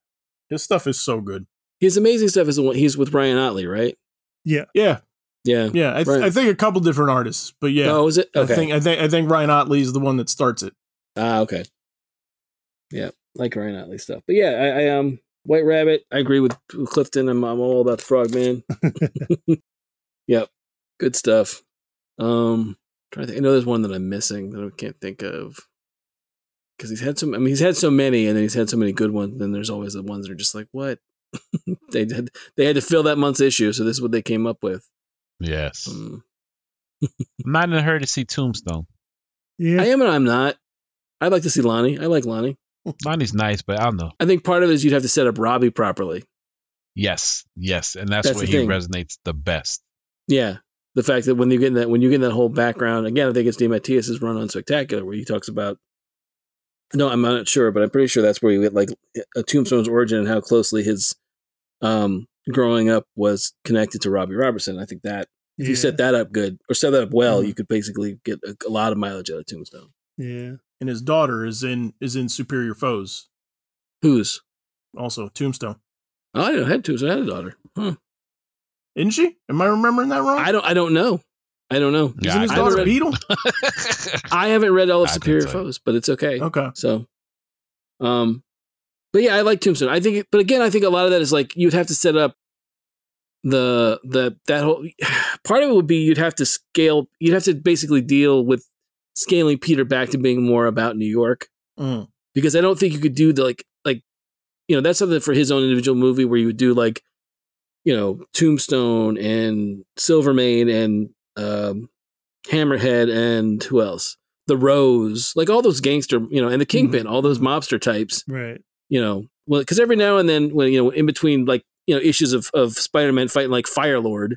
His stuff is so good. His amazing stuff is the one he's with Brian Otley, right? Yeah. Yeah. Yeah. I, th- Right. I think a couple different artists, but yeah. Oh, is it? Okay. I think I think I think Ryan Otley is the one that starts it. ah, okay. Yeah, like Ryan Otley stuff. But yeah, I, I um White Rabbit. I agree with Clifton. I'm, I'm all about the Frogman. *laughs* yep. Good stuff. Um, trying to think. I know there's one that I'm missing that I can't think of. Because he's had some, I mean, he's had so many, and then he's had so many good ones. And then there's always the ones that are just like, what? *laughs* they did, they had to fill that month's issue, so this is what they came up with. Yes. Um, I'm not in a hurry to see Tombstone. Yeah. I am and I'm not. I'd like to see Lonnie. I like Lonnie. Lonnie's nice, but I don't know. I think part of it is you'd have to set up Robbie properly. Yes, yes, and that's, That's where the he thing. resonates the best. *laughs* Yeah. The fact that when you get in that when you get in that whole background, again, I think it's D Matthias's run on Spectacular where he talks about No, I'm not sure, but I'm pretty sure that's where you get like a tombstone's origin and how closely his um growing up was connected to Robbie Robertson. I think that if you Yeah. set that up good or set that up well, Mhm. you could basically get a, a lot of mileage out of Tombstone. Yeah. And his daughter is in is in Superior Foes, Who's? also Tombstone. Oh, I didn't know I had Tombstone, I had a daughter. Huh. Isn't she? Am I remembering that wrong? I don't I don't know. I don't know. Isn't his I daughter read- *laughs* Beetle? I haven't read all of I couldn't Superior tell you. Foes, but it's okay. Okay. So, um, but yeah, I like Tombstone. I think, but again, I think a lot of that is like you'd have to set up the the that whole *sighs* part of it would be you'd have to scale. You'd have to basically deal with scaling Peter back to being more about New York Mm. because I don't think you could do the like like you know that's something for his own individual movie where you would do like you know Tombstone and Silvermane and um, Hammerhead and who else the Rose like all those gangster you know and the Kingpin all those mobster types Right. you know well because every now and then when you know in between like you know issues of of Spider Man fighting like Fire Lord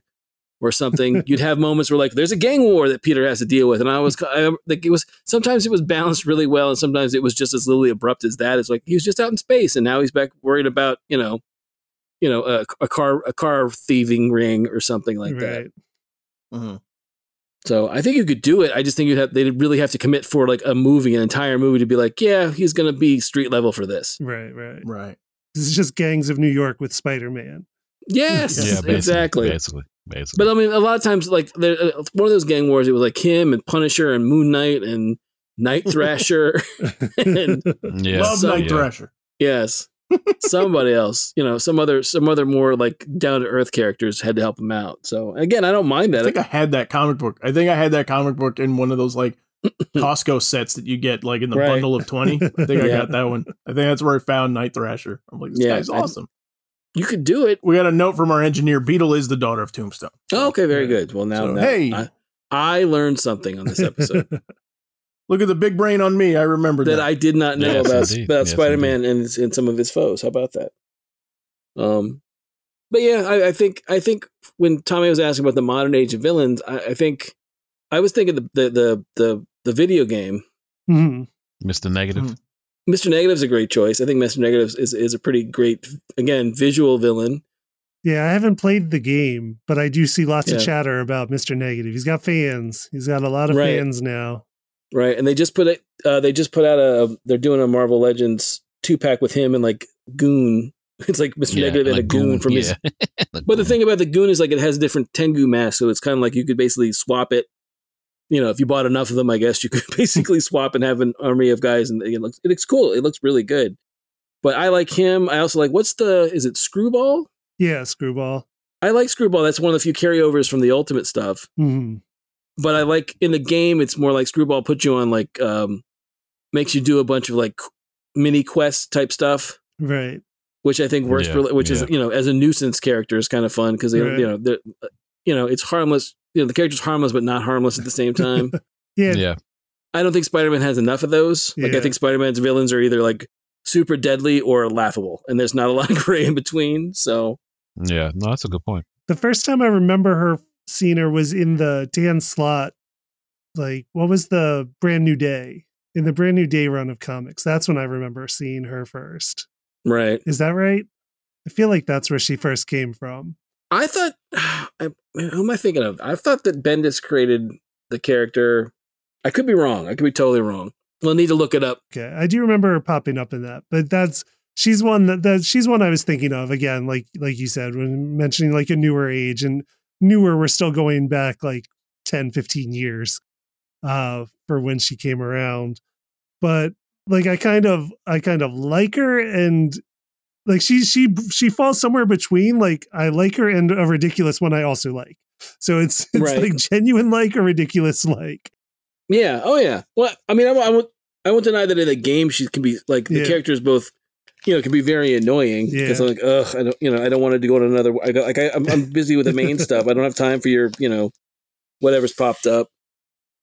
or something you'd have moments where like there's a gang war that Peter has to deal with and I was I, like it was sometimes it was balanced really well and sometimes it was just as literally abrupt as that it's like he was just out in space and now he's back worried about you know you know a, a car a car thieving ring or something like that right. Mhm. so I think you could do it I just think you'd have they'd really have to commit for like a movie an entire movie to be like yeah he's gonna be street level for *laughs* this Right. Right. Right. This is just gangs of New York with *laughs* Spider Man. yes yeah, basically, exactly Basically, basically. But I mean, a lot of times, like there, uh, one of those gang wars, it was like him and Punisher and Moon Knight and *laughs* Night Thrasher. And- yeah, Love so- Night yeah. Thrasher. yes, somebody else, you know, some other, some other more like down to earth characters had to help him out. So again, I don't mind I that. think I had that comic book. I think I had that comic book in one of those *coughs* like Costco sets that you get like in the Right. bundle of *laughs* 20. I think I Yeah. got that one. I think that's where I found Night Thrasher. I'm like, this Yeah, guy's I- awesome. you could do it. we got a note from our engineer. Beetle is the daughter of Tombstone. Oh, okay, very Yeah. good. Well, now, So, now hey. I, I learned something on this *laughs* episode Look at the big brain on me. I remember that. that I did not know Yes, about indeed. about Yes, Spider Man and his- and some of his foes. How about that? Um, but yeah, I, I think I think when Tommy was asking about the modern age of villains, I, I think I was thinking the the the the, the video game Mhm. Mr. Negative. Mm. Mr. Negative's a great choice. I think Mr. Negative is, is a pretty great, again, visual villain. Yeah, I haven't played the game, but I do see lots of Yeah. chatter about Mr. Negative. He's got fans. He's got a lot of Right. fans now. Right, and they just put it. Uh, they just put out a. They're doing a Marvel Legends two pack with him and like Goon. *laughs* It's like Mister Yeah, Negative and a Goon, from his. yeah. *laughs* But the thing about the Goon is like it has different Tengu masks, so it's kind of like you could basically swap it. You know, if you bought enough of them, I guess you could *laughs* basically swap and have an army of guys, and it looks it looks cool. It looks really good. But I like him. I also like what's the is it Screwball? Yeah, Screwball. I like Screwball. That's one of the few carryovers from the Ultimate stuff hmm but I like in the game it's more like screwball puts you on like um makes you do a bunch of like mini quest type stuff Right. which I think works Yeah, really which is yeah. you know as a nuisance character is kind of fun because they Right. you know they're you know it's harmless you know the character's harmless but not harmless at the same *laughs* time Yeah. yeah, I don't think Spider-Man has enough of those like Yeah. I think Spider-Man's villains are either like super deadly or laughable and there's not a lot of *laughs* gray in between so yeah. No, that's a good point. The first time I remember her seeing her was in the Dan Slot. Like, what was the Brand New Day? In the Brand New Day run of comics. That's when I remember seeing her first. right Is that right? I feel like that's where she first came from. I thought, *sighs* I, who am I thinking of? I thought that Bendis created the character. I could be wrong. I could be totally wrong. We'll need to look it up. Okay. I do remember her popping up in that, but that's she's one that, that she's one I was thinking of again, like like you said, when mentioning like a newer age and newer we're still going back like 10, 15 years uh for when she came around. But like I kind of I kind of like her and like she she she falls somewhere between like I like her and a ridiculous one I also like. So it's *laughs* it's Right. like genuine like or ridiculous like. Yeah. Oh, yeah. Well, I mean, I, won't- I won't. I won't deny that in a game she can be like the Yeah. character is both. You know, can be very annoying Yeah. because I'm like, ugh, I don't. You know, I don't want to go on another. I got like I, I'm, I'm busy with the *laughs* main stuff. I don't have time for your. You know, whatever's popped up.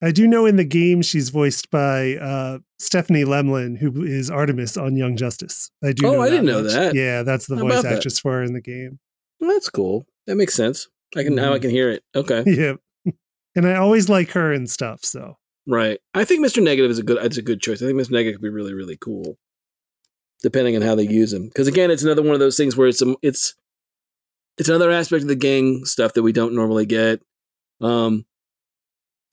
I do know in the game she's voiced by uh, Stephanie Lemlin, who is Artemis on Young Justice. I do. Oh, know I didn't that know much. that. Yeah, that's the How voice about that? actress for her in the game. Well, that's cool. That makes sense. I can now I Mhm. can hear it. Okay. *laughs* yeah, and I always like her and stuff. So Right. I think Mr. Negative is a good it's a good choice. I think Mr. Negative could be really really cool depending on how they use him. Cuz again, it's another one of those things where it's a, it's it's another aspect of the gang stuff that we don't normally get. Um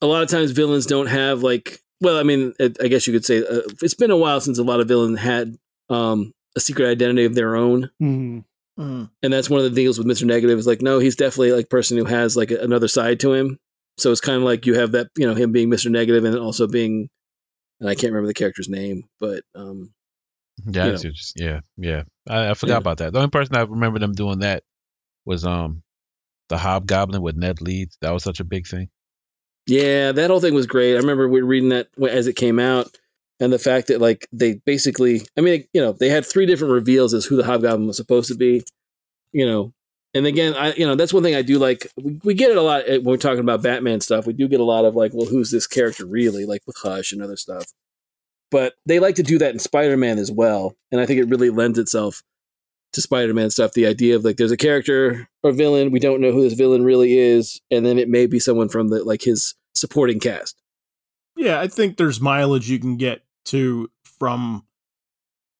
a lot of times villains don't have like well, I mean, it, I guess you could say uh, it's been a while since a lot of villains had um a secret identity of their own. mhm. Mm. And that's one of the deals with Mr. Negative is like, no, he's definitely like person who has like another side to him. So it's kind of like you have that, you know, him being Mr. Negative and also being, and I can't remember the character's name, but um, Yeah, You I know. see what you- yeah, yeah. I, I forgot Yeah. about that. The only person I remember them doing that was um the Hobgoblin with Ned Leeds. That was such a big thing. yeah, that whole thing was great. I remember we reading that wh- as it came out, and the fact that like they basically, I mean, you know, they had three different reveals as who the Hobgoblin was supposed to be, you know. And again, I you know that's one thing I do like. We, we get it a lot uh, when we're talking about Batman stuff. We do get a lot of like, well, who's this character really? Like with Hush and other stuff. but they like to do that in Spider-Man as well, and I think it really lends itself to Spider-Man stuff. The idea of like there's a character or villain, we don't know who this villain really is, and then it may be someone from the like his supporting cast. Yeah, I think there's mileage you can get to from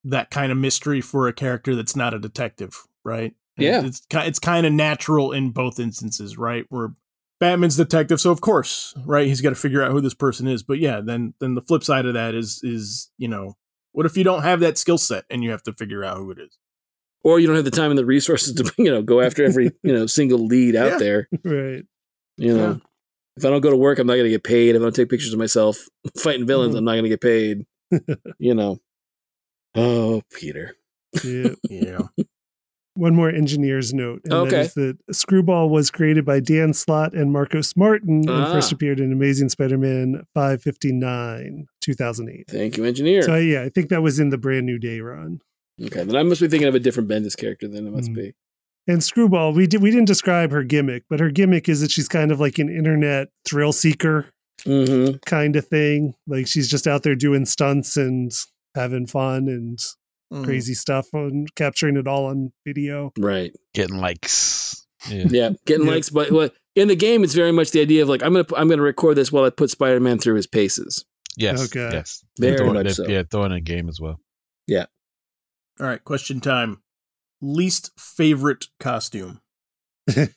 that kind of mystery for a character that's not a detective, right? And Yeah. it's ki- it's kind of natural in both instances, right? Where Batman's detective, so of course, right? He's got to figure out who this person is. But yeah, then then the flip side of that is is you know what if you don't have that skill set and you have to figure out who it is? Or you don't have the time and the resources to *laughs* you know go after every you know single lead out Yeah. there. *laughs* right. You know, Yeah. if I don't go to work, I'm not gonna get paid. If I don't take pictures of myself *laughs* fighting villains, Mm-hmm. Mhm. I'm not gonna get *laughs* paid. you know. Oh, Peter. Yeah. Yeah, *laughs* One more engineer's note. And Okay. That is that Screwball was created by Dan Slott and Marcos Martin and Ah. first appeared in Amazing Spider-Man 559, 2008. Thank you, engineer. So yeah, I think that was in the Brand New Day run. okay, then I must be thinking of a different Bendis character than it must Mm. be. And Screwball, we did we didn't describe her gimmick, but her gimmick is that she's kind of like an internet thrill seeker hmm kind of thing. Like she's just out there doing stunts and having fun and Mm. crazy stuff and capturing it all on video. *laughs* Right. Getting likes. Yeah. Yeah. Getting Yeah. likes, but well, in the game, it's very much the idea of like I'm gonna I'm gonna record this while I put Spider Man through his paces. Yes. Okay. Yes. Very Throw- much they- so. Yeah, throwing a game as well. Yeah. All right, question time. Least favorite costume. Because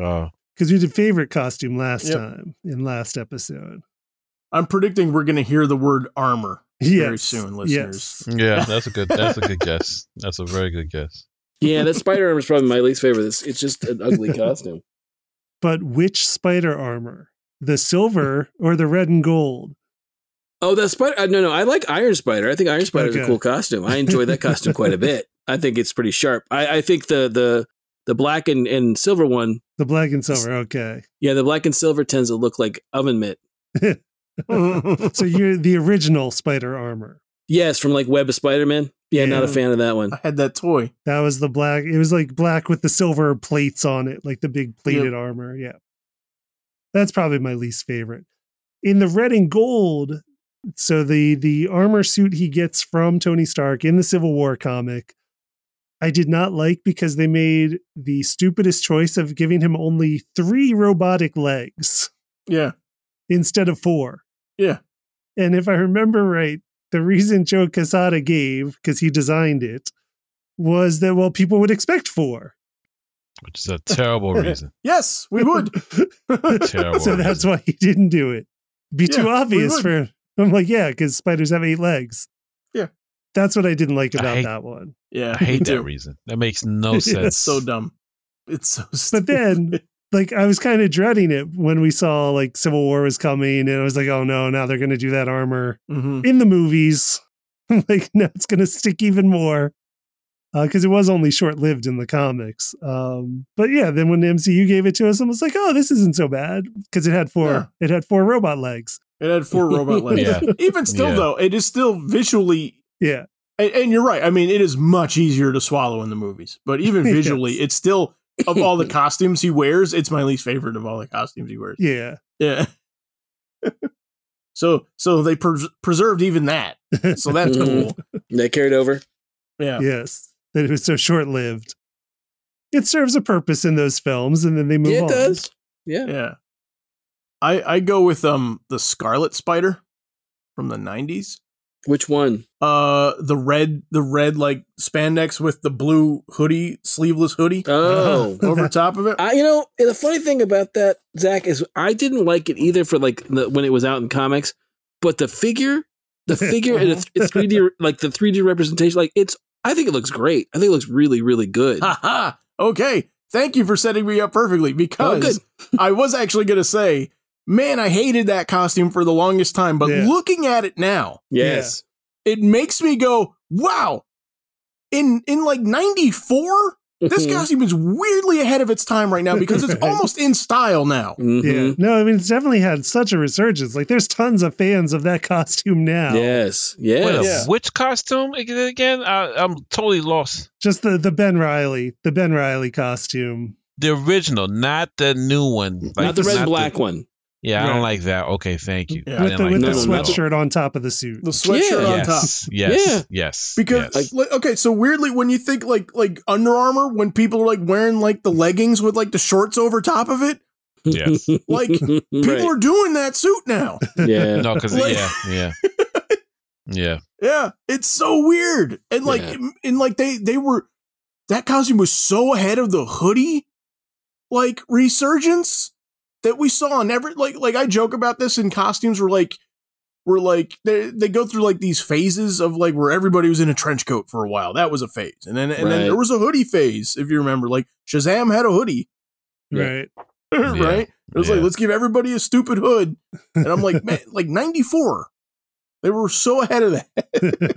Oh, we did favorite costume last Yep. time in last episode. *laughs* I'm predicting we're going to hear the word armor Yes. very soon, listeners. yeah, that's a good. That's a good guess. That's a very good guess. Yeah, that spider armor is probably my least favorite. It's, it's just an *laughs* ugly costume. But which spider armor? The silver or the red and gold? Oh, that spider! Uh, no, no, I like Iron Spider. I think Iron Spider is a Okay. cool costume. I enjoy that costume quite a bit. I think it's pretty sharp. I, I think the the the black and, and silver one, The black and silver. Okay. yeah, the black and silver tends to look like oven mitt. *laughs* So you're the original spider armor. Yes, from like Web of Spider Man. Yeah, not a Yeah. fan of that one. *laughs* I had that toy. That was the black. It was like black with the silver plates on it, like the big plated armor. Yeah. That's probably my least favorite. In the red and gold, so the the armor suit he gets from Tony Stark in the Civil War comic, I did not like because they made the stupidest choice of giving him only 3 robotic legs Yeah. instead of 4. Yeah. And if I remember right, the reason Joe Casada gave, because he designed it, was that, well, people would expect four. Which is a terrible reason. Yes, we *laughs* would. *laughs* Terrible. so that's why he didn't do it. Be Yeah, too we obvious would. for. I'm like, yeah, because spiders have eight legs. Yeah. That's what I didn't like I about hate- that one. yeah, I hate me that too. reason. That makes no It's sense. so dumb. It's so But stupid. *laughs* then, like, I was kind of dreading it when we saw, like, Civil War was coming, and I was like, oh no, now they're going to do that armor Mhm. in the movies. *laughs* like, now it's going to stick even more. Because it was only short lived in the comics. Um, but yeah, then when the MCU gave it to us, I was like, oh, this isn't so bad. Because it had four, Yeah. it had four robot legs. it had four *laughs* robot legs. *laughs* Yeah. Even still, Yeah. though, it is still visually Yeah. And, and you're right. I mean, it is much easier to swallow in the movies, but even *laughs* Yes. visually, it's still of all *laughs* the costumes he wears, it's my least favorite of all the costumes he wears. Yeah. Yeah. *laughs* so, so they pres- preserved even that. So *laughs* that's Mhm. cool. That carried over. Yeah. Yes. That it was so short lived. It serves a purpose in those films and then they move Yeah, it on. does. Yeah. Yeah. I I go with um the Scarlet Spider from the 90s. Which one? Uh the red the red like spandex with the blue hoodie, sleeveless hoodie Oh, *laughs* over top of it. I, you know, and the funny thing about that, Zach, is I didn't like it either for like the, when it was out in comics, but the figure, *laughs* the figure, and it's, Uh-huh. it's 3D, like the 3D representation, like it's, I think it looks great. I think it looks really, really good. Ha ha. Okay. Thank you for setting me up perfectly Oh, because good. *laughs* I was actually going to say, man, I hated that costume for the longest time, but Yeah. looking at it now, Yes. it makes me go, wow. In in like 94, this Mhm. costume is weirdly ahead of its time right now because it's Right. almost in style now. Yeah. Mhm. No, I mean, it's definitely had such a resurgence. Like, there's tons of fans of that costume now. Yes. Wait, Yes. a which costume ag- again? I, I'm totally lost. Just the, the Ben Riley, the Ben Riley costume. The original, not the new one. Not the red and black one. one. Yeah, I Right. don't like that. Okay, thank you. Yeah. I with didn't the, like with the No, that no, one at all. no. sweatshirt on top of the suit. The sweatshirt Yeah. on yes, top. Yes, Yeah. yes. Because *laughs* yes. like, okay, so weirdly when you think like like Under Armour when people are like wearing like the leggings with like the shorts over top of it, Yes. Like, people people *laughs* right. are doing that suit now. yeah. no, because Like- yeah, yeah, yeah. Yeah, it's so weird. And like, Yeah. and like they they were that costume was so ahead of the hoodie like resurgence that we saw in every like like I joke about this in costumes were like were like they they go through like these phases of like where everybody was in a trench coat for a while. That was a phase. And then and then Right. there was a hoodie phase if you remember. Like Shazam had a hoodie, *laughs* Right. Yeah. right? It was Yeah. like let's give everybody a stupid hood. And I'm like, man, like 94. They were so ahead of that. *laughs*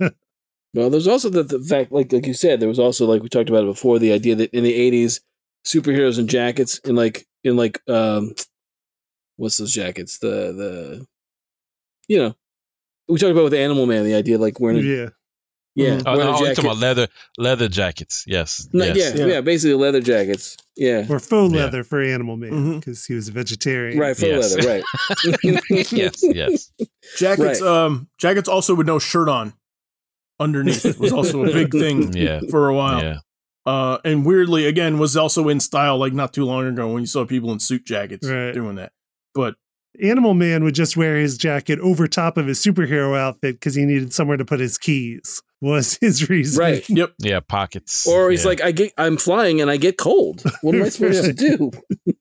Well, there's also the, the fact, like like you said, there was also like we talked about it before, the idea that in the '80s, superheroes in jackets and like in like um, what's those jackets? The the, you know, we talked about with Animal Man, the idea like wearing a, yeah, yeah. Mhm. wearing Oh, no, a oh, you're jacket. talking about leather leather jackets. Yes, No, yes. yeah, Yeah. yeah, basically leather jackets. Yeah, Or faux Yeah. leather for Animal Man Mhm. because he was a vegetarian. right, full Yes. leather, right. *laughs* yes, yes. Jackets, Right. um, jackets also with no shirt on underneath it was also a big *laughs* thing Yeah, for a while. yeah. Uh, and weirdly, again, was also in style like not too long ago when you saw people in suit jackets Right. doing that. But Animal Man would just wear his jacket over top of his superhero outfit because he needed somewhere to put his keys. was *laughs* his reason. *laughs* Right. Yep. Yeah, pockets. Or he's Yeah. like, I get, I'm flying and I get cold. What am I supposed to do?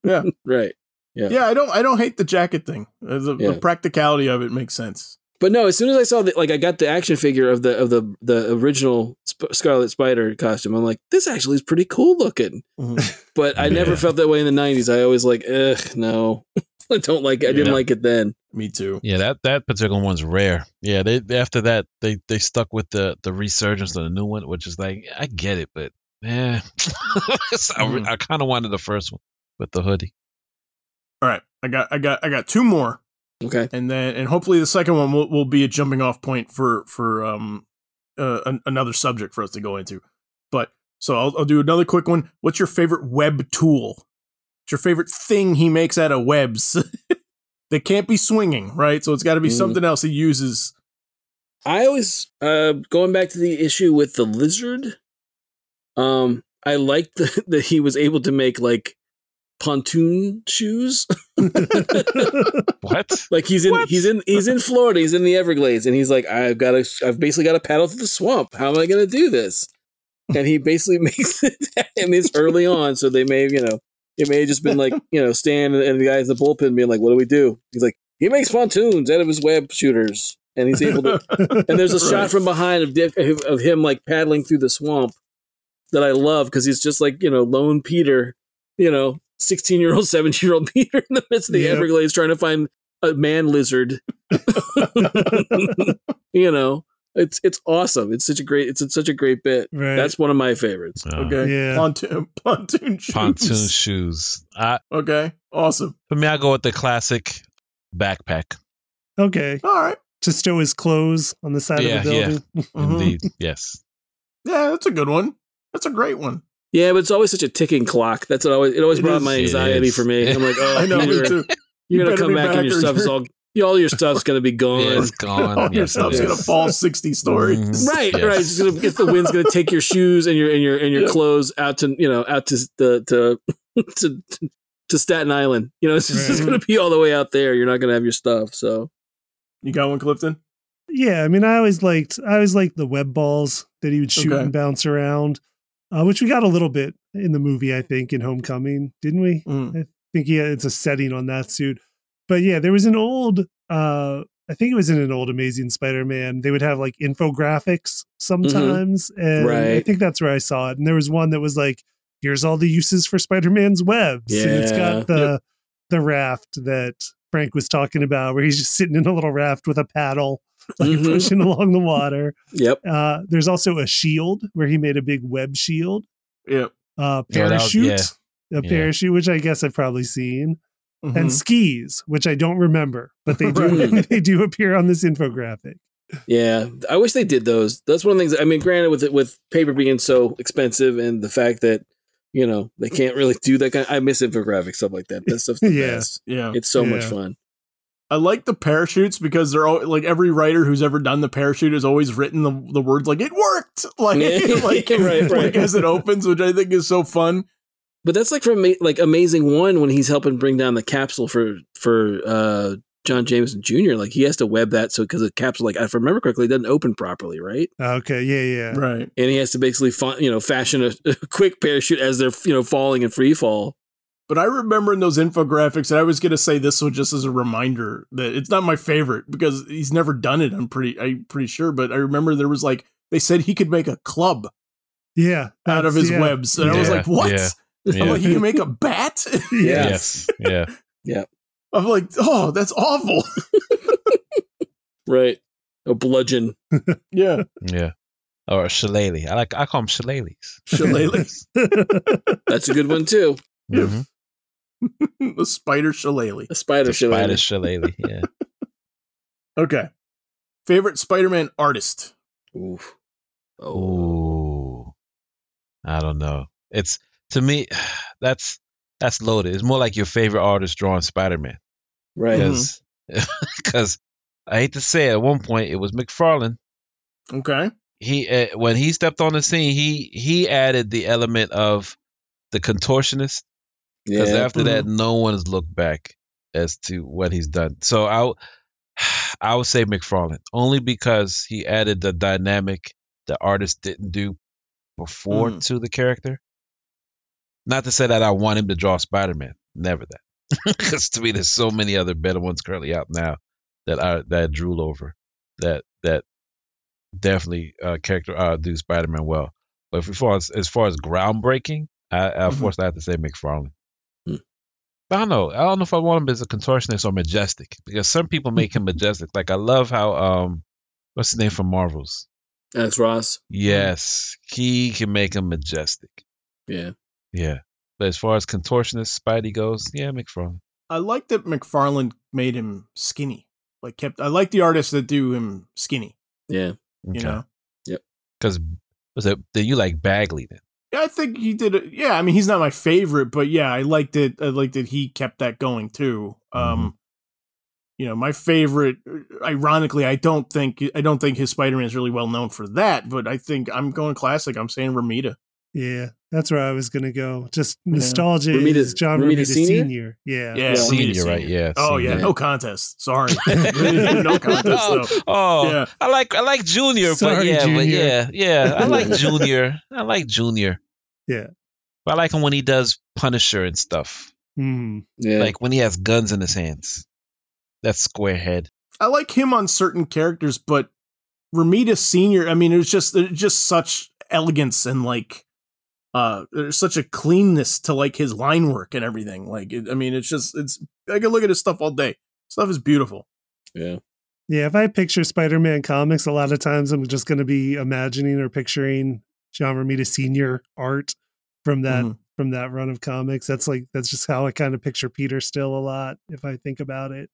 Yeah. *laughs* Right. Yeah. Yeah, I don't. I don't hate the jacket thing. Uh, The, Yeah. the practicality of it makes *laughs* sense. But no, as soon as I saw that, like I got the action figure of the of the the original Sp- Scarlet Spider costume, I'm like, this actually is pretty cool looking. Mm-hmm. But I never Yeah. felt that way in the '90s. I always like, ugh, no, *laughs* I don't like. it. I didn't Yeah. like it then. Me too. Yeah, that that particular one's rare. Yeah, they they- after that they they stuck with the the resurgence of the new one, which is like I get it, but eh. *laughs* So I, re- Mhm. I kind of wanted the first one with the hoodie. All right, I got, I got, I got two more, Okay. and then, and hopefully the second one will, will be a jumping off point for for um uh, an, another subject for us to go into. But so I'll, I'll do another quick one. What's your favorite web tool? What's your favorite thing he makes out of webs? *laughs* they can't be swinging, right? So it's got to be Mhm. something else he *laughs* uses. I always uh, going back to the issue with the lizard. Um, I liked *laughs* the, that he was able to make like pontoon shoes. *laughs* What? Like he's in What? he's in he's in Florida. He's in the Everglades, and he's like, I've got to I've basically got to paddle through the swamp. How am I going to do this? And he basically *laughs* makes it, and it's early on, so they may have you know it may have just been like you know Stan and the guys in the bullpen being like, what do we do? He's like, he makes pontoons out of his web shooters, and he's able to. *laughs* And there's a shot Right. from behind of Dick of him like paddling through the swamp that I love because he's just like you know lone Peter, you know, sixteen year old, seventeen year old *laughs* Peter in the midst of the Yeah. Everglades trying to find a man lizard. you know, it's it's awesome. It's such a great it's, it's such a great bit. Right. That's one of my favorites. *laughs* Uh, Okay. Yeah. Pontoon, pontoon shoes. Pontoon shoes. I, Okay. Awesome. for me, I go with the classic backpack. okay. All right. To stow his clothes on the side Yeah, of the building. Mhm. Indeed, yes. Yeah, that's a good one. That's a great one. Yeah, but it's always such a ticking clock. That's what always it always It brought is. my It anxiety is. for me. I'm like, oh, *laughs* I know, me Peter, too. you're gonna better come be back, back and your or stuff's you're- all all your stuff's *laughs* gonna be gone. Yeah, Oh, it's gone. All *laughs* yes, your it stuff's is. gonna fall sixty stories. Mhm. Right, Yes. right. It's, gonna, it's the wind's going to take your shoes and your and your and your Yeah. clothes out to you know out to the to *laughs* to, to Staten Island. You know, it's just, Right. going to be all the way out there. You're not going to have your stuff. So You got one, Clifton? Yeah, I mean, I always liked I always liked the web balls that he would shoot Okay. and bounce around, uh, which we got a little bit in the movie, I think, in Homecoming, didn't we? Mm. I think yeah, it's a setting on that suit. But yeah, there was an old uh I think it was in an old Amazing Spider-Man. They would have like infographics Mm-hmm. sometimes, and I Right. think that's where I saw it. And there was one that was like, "Here's all the uses for Spider-Man's webs." And it's Yeah. got the the raft that Frank was talking about, where he's just sitting in a little raft with a paddle, *laughs* like Mhm. Mm-hmm. pushing along the water. yep, Uh, there's also a shield where he made a big web shield, Yep. uh, Yeah, that was- parachute, Yeah. a parachute, which I guess I've probably seen Mhm. and skis, which I don't remember, but they do Right. *laughs* they do appear on this infographic. yeah. I wish they did those. That's one of the things. I mean, granted, with it with paper being so expensive and the fact that you know they can't really do that kind. I miss infographics stuff like that. That stuff's the *laughs* Yeah. best. yeah. It's so much Yeah. fun. I like the parachutes because they're all like every writer who's ever done the parachute has always written the, the words like it worked. *laughs* Like Yeah. like, Right, like right. as it opens, which I think is so fun. But that's like from Ama- like Amazing One when he's helping bring down the capsule for for uh John Jameson Jr. Like he has to web that so because the capsule, like if I remember correctly, it doesn't open properly, right? Okay, yeah, yeah. Right. And he has to basically fa- you know fashion a, *laughs* a quick parachute as they're you know falling in free fall. But I remember in those infographics, and I was gonna say this one just as a reminder that it's not my favorite because he's never done it. I'm pretty, I'm pretty sure. But I remember there was like they said he could make a club Yeah. out of his that's- yeah. webs, and I was Yeah, like, what? yeah, I'm Yeah. *laughs* like, you can make a bat? *laughs* Yeah. Yes. Yeah. I'm like, oh, that's awful. *laughs* Right. A bludgeon. yeah, Yeah. Or a shillelagh. I like I call them shillelaghs. shillelagh, *laughs* That's a good one too. Yeah. Mhm. the spider shillelagh. A spider The shillelagh. spider shillelagh. Yeah. Okay, favorite Spider-Man artist. Oof. Oh. Ooh. I don't know. It's to me *sighs* that's that's loaded. It's more like your favorite artist drawing Spider Man. Right. Yeah. *laughs* Because I hate to say it, at one point it was McFarlane. Okay, He uh, when he stepped on the scene, he he added the element of the contortionist Yeah. Mm-hmm. because after that, no one has looked back as to what he's done. So *sighs* I, w- I would say McFarlane only because he added the dynamic the artist didn't do before Mhm. to the character. Not to say that I want him to draw Spider Man, never that, *laughs* because to me there's so many other better ones currently out now that I that I drool over, that that definitely uh, character uh, do Spider Man well. But if we far as, as far as groundbreaking, I, I Mhm. forced I have to say McFarlane. Hmm. I don't know. I don't know if I want him as a contortionist or majestic because some people make him majestic. Like I love how um, what's his name from Marvels? That's Ross. Yes, he can make him majestic. Yeah. Yeah. But as far as contortionist Spidey goes, yeah, McFarlane. I like that McFarland made him skinny. Like kept I like the artists that do him skinny, Yeah. you know. Because was it then you like Bagley then? Yeah, I think he did it. Yeah, I mean he's not my favorite, but yeah, I liked it. I liked that he kept that going too. Um you know, my favorite ironically, I don't think I don't think his Spider-Man is really well known for that, but I think I'm going classic. I'm saying Ramita. *laughs* Yeah, that's where I was gonna go. Just Yeah. nostalgia Ramita- is John Ramita Ramita, Senior? Senior. Yeah. Yeah, Ramita senior, Senior. right? Yeah. Oh senior. yeah, Yeah. no contest. Sorry. *laughs* *laughs* no contest though. Oh, Yeah. I like I like Junior, but Sorry, yeah, but Junior. yeah, yeah, I like Junior. I like Junior. Yeah. But I like him when he does Punisher and stuff. Mm. Yeah. Like when he has guns in his hands. That's Squarehead. I like him on certain characters, but Ramita Senior. I mean, it's just there's just such elegance and like uh there's such a cleanness to like his line work and everything. Like, it, I mean, it's just it's I could look at his stuff all day. Stuff is beautiful. yeah. Yeah, if I picture Spider-Man comics, a lot of times I'm just going to be imagining or picturing John Romita Senior art from that Mhm. from that run of comics. That's like that's just how I kind of picture Peter still a lot if I think about it.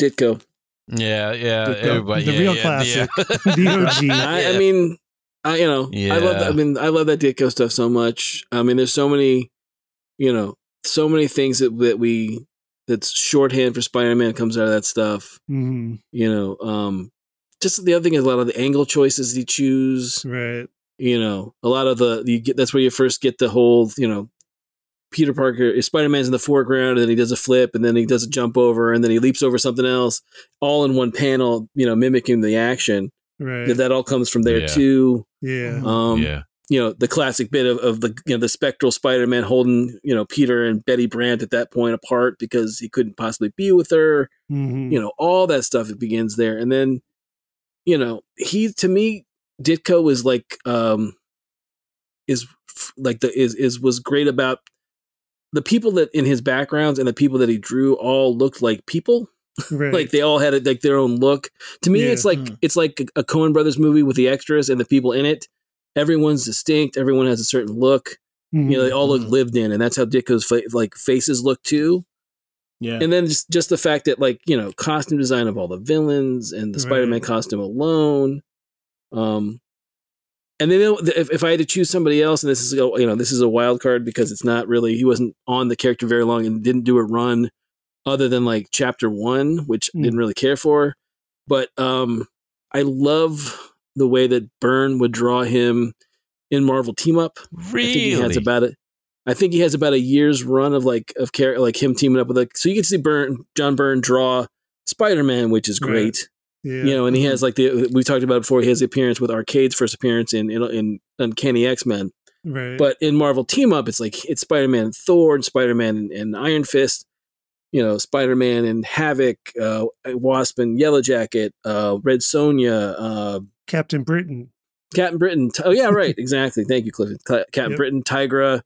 Ditko. Yeah, yeah. The- the- everybody, the yeah, real yeah, classic. yeah. *laughs* The OG. I, I mean, I you know, I love that. I Yeah. mean, I love that Ditko stuff so much. I mean, there's so many, you know, so many things that that we that's shorthand for Spider-Man comes out of that stuff. Mhm, You know, um, just the other thing is a lot of the angle choices he choose. right. You know, a lot of the you get that's where you first get the whole you know. Peter Parker, Spider-Man's in the foreground, and then he does a flip, and then he does a jump over, and then he leaps over something else, all in one panel, you know, mimicking the action. Right. That that all comes from there Mm. Yeah. too. yeah. Um, yeah. you know, the classic bit of, of the you know the spectral Spider-Man holding you know Peter and Betty Brandt at that point apart because he couldn't possibly be with her. Mhm. You know, all that stuff it begins there, and then you know he to me Ditko is like um is f- like the is is was great about the people that in his backgrounds and the people that he drew all looked like people Right. like they all had it like their own look. To me, Yeah. it's like Mm. it's like a Cohen Brothers movie with the extras and the people in it. Everyone's distinct. Everyone has a certain look. Mhm. You know, they all look Mhm. lived in, and that's how Ditko's fa- like faces look too. Yeah. And then just just the fact that like you know costume design of all the villains and the Right. Spider-Man costume alone. Um, and then if, if I had to choose somebody else, and this is a, you know this is a wild card because it's not really he wasn't on the character very long and didn't do a run other than like chapter one, which I Mm. didn't really care for. But um, I love the way that Byrne would draw him in Marvel Team Up. I think he Really? has about it. I think he has about a year's run of like of care like him teaming up with like so you can see Byrne John Byrne draw Spider Man, which is Right. great yeah. Mm-hmm. you know, and he has like the we talked about it before. He has the appearance with Arcade's first appearance in in, in Uncanny X Men, right. but in Marvel Team Up, it's like it's Spider Man, Thor, and Spider Man, and, and Iron Fist. You know, Spider Man and Havoc, uh, Wasp and Yellow Jacket, uh, Red Sonja, uh, Captain Britain. Captain Britain. Ti- Oh *laughs* yeah, right, exactly. Thank you, Cliff. Cla- Captain Yep. Britain, Tigra,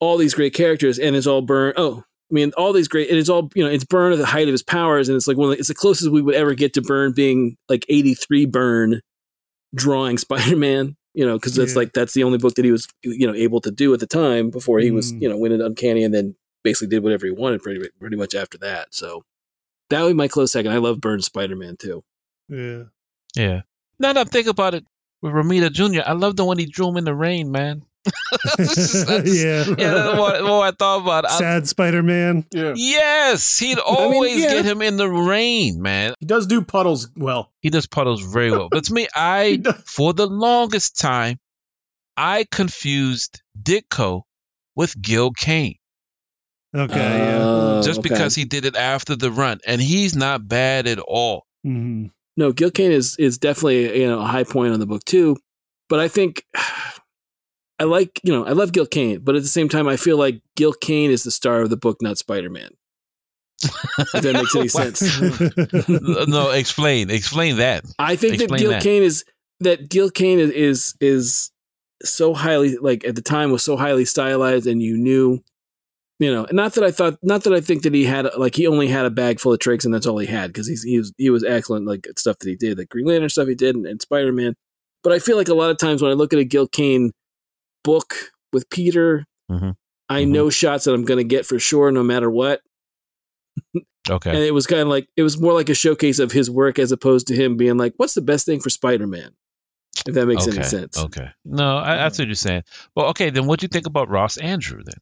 all these great characters, and it's all Burn. Oh, I mean, all these great, and it's all you know, it's Burn at the height of his powers, and it's like one, of the, it's the closest we would ever get to Burn being like eighty three Burn drawing *laughs* Spider Man. You know, because that's Yeah. like that's the only book that he was you know able to do at the time before he was Mm. you know went into Uncanny and then basically did whatever he wanted pretty pretty much after that. So that would be my close second. I love Burn Spider Man too. *laughs* Yeah. Yeah. Now that I think about it, with Ramita Jr., I love the one he drew him in the rain, man. *laughs* yeah. *laughs* yeah. Yeah, that's what, that's what I thought about. I- *laughs* Sad Spider-Man. yeah. yes, he'd always yeah. get him in the rain, man. He does do puddles well. He does puddles very well. But to me, He I, does. for the longest time, I confused Ditko with Gil Kane Okay. Uh, just okay. because he did it after the run, and he's not bad at all. yeah. hmm *laughs* No, Gil Kane is is definitely you know a high point on the book too. But I think *sighs* I like, you know, I love Gil Kane, but at the same time, I feel like Gil Kane is the star of the book, not Spider Man. If that *laughs* makes any sense. *laughs* no, explain. Explain that. I think that Explain Gil that. Kane is that Gil Kane is, is is so highly like at the time was so highly stylized, and you knew, you know, not that I thought, not that I think that he had like he only had a bag full of tricks and that's all he had because he's he was he was excellent like at stuff that he did, like Green Lantern stuff he did, and, and Spider Man. But I feel like a lot of times when I look at a Gil Kane book with Peter, Mhm. I Mhm. know shots that I'm going to get for sure, no matter what. Okay. And it was kind of like it was more like a showcase of his work as opposed to him being like, "What's the best thing for Spider-Man?" If that makes okay. any sense. Okay. No, I, I see what you're saying. Well, okay, then what do you think about Ross Andrew then?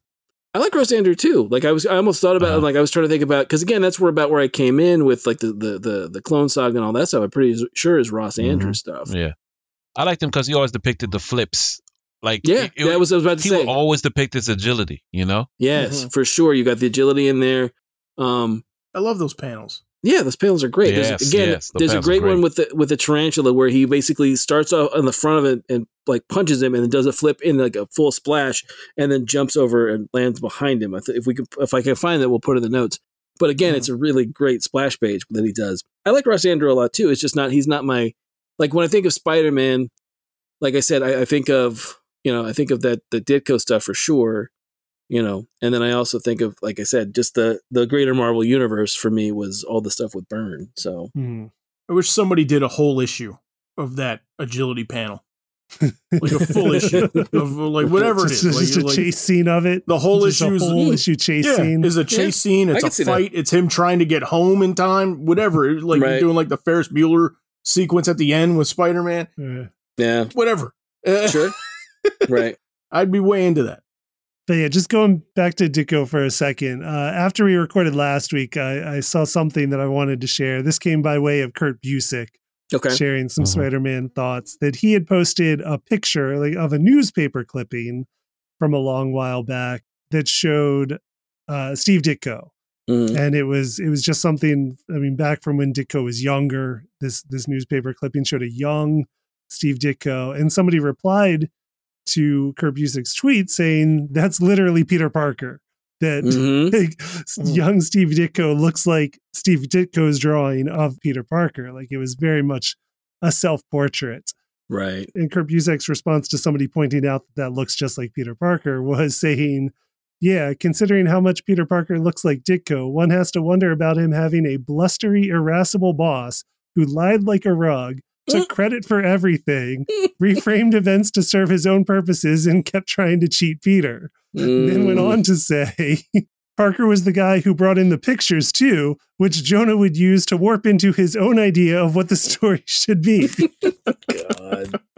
I like Ross Andrew too. Like I was, I almost thought about Uh-huh. like I was trying to think about because again, that's where about where I came in with like the the the, the clone saga and all that stuff. I'm pretty s- sure is Ross Andrew stuff. Mm-hmm. Yeah. I liked him because he always depicted the flips. Like Yeah, it- it- that was I was about to he Mm-hmm. say. would always depict his agility, you know? yes, Mhm. for sure. You got the agility in there. Um, I love those panels. Yeah, those panels are great. Yes, there's, again, yes, the there's a panels are great, one great. with the with the tarantula where he basically starts off on the front of it and like punches him and then does a flip in like a full splash and then jumps over and lands behind him. I th- If we can, if I can find that, we'll put it in the notes. But again, it's a Mm. really great splash page that he does. I like Ross Andrew a lot too. It's just not he's not my like when I think of Spider Man. Like I said, I, I think of you know I think of that the Ditko stuff for sure you know and then i also think of like i said just the the greater marvel universe for me was all the stuff with burn so Hmm. I wish somebody did a whole issue of that agility panel, like a full *laughs* issue of like whatever it just, is. Like, just a like, chase scene of it. the whole Just issue a is whole issue chase yeah, scene. is a chase scene. I It's can a see that. fight. It's him trying to get home in time. Whatever. It- Like Right. you're doing like the Ferris Bueller sequence at the end with Spider Man. Uh, *laughs* yeah Whatever. Uh, sure right *laughs* I'd be way into that. But yeah, just going back to Ditko for a second. Uh, after we recorded last week, I, I saw something that I wanted to share. This came by way of Kurt Busick *laughs* okay sharing some Mhm. Spider-Man thoughts that he had posted a picture like, of a newspaper clipping from a long while back that showed uh, Steve Ditko Mhm. and it was it was just something i mean back from when ditko was younger this this newspaper clipping showed a young steve ditko and somebody replied to kurt busick's tweet saying that's literally peter parker that Mhm. like, s- young steve ditko looks like steve ditko's drawing of peter parker like it was very much a self-portrait right and Kurt Busiek's response to somebody pointing out that that looks just like Peter Parker was saying, "Yeah, considering how much Peter Parker looks like Ditko, one has to wonder about him having a blustery, irascible boss who lied like a rug, took credit for everything, reframed events to serve his own purposes, and kept trying to cheat Peter." and then went Mm. on to say *laughs* Parker was the guy who brought in the pictures too, which Jonah would use to warp into his own idea of what the *laughs* story *laughs* should be. God. *sighs*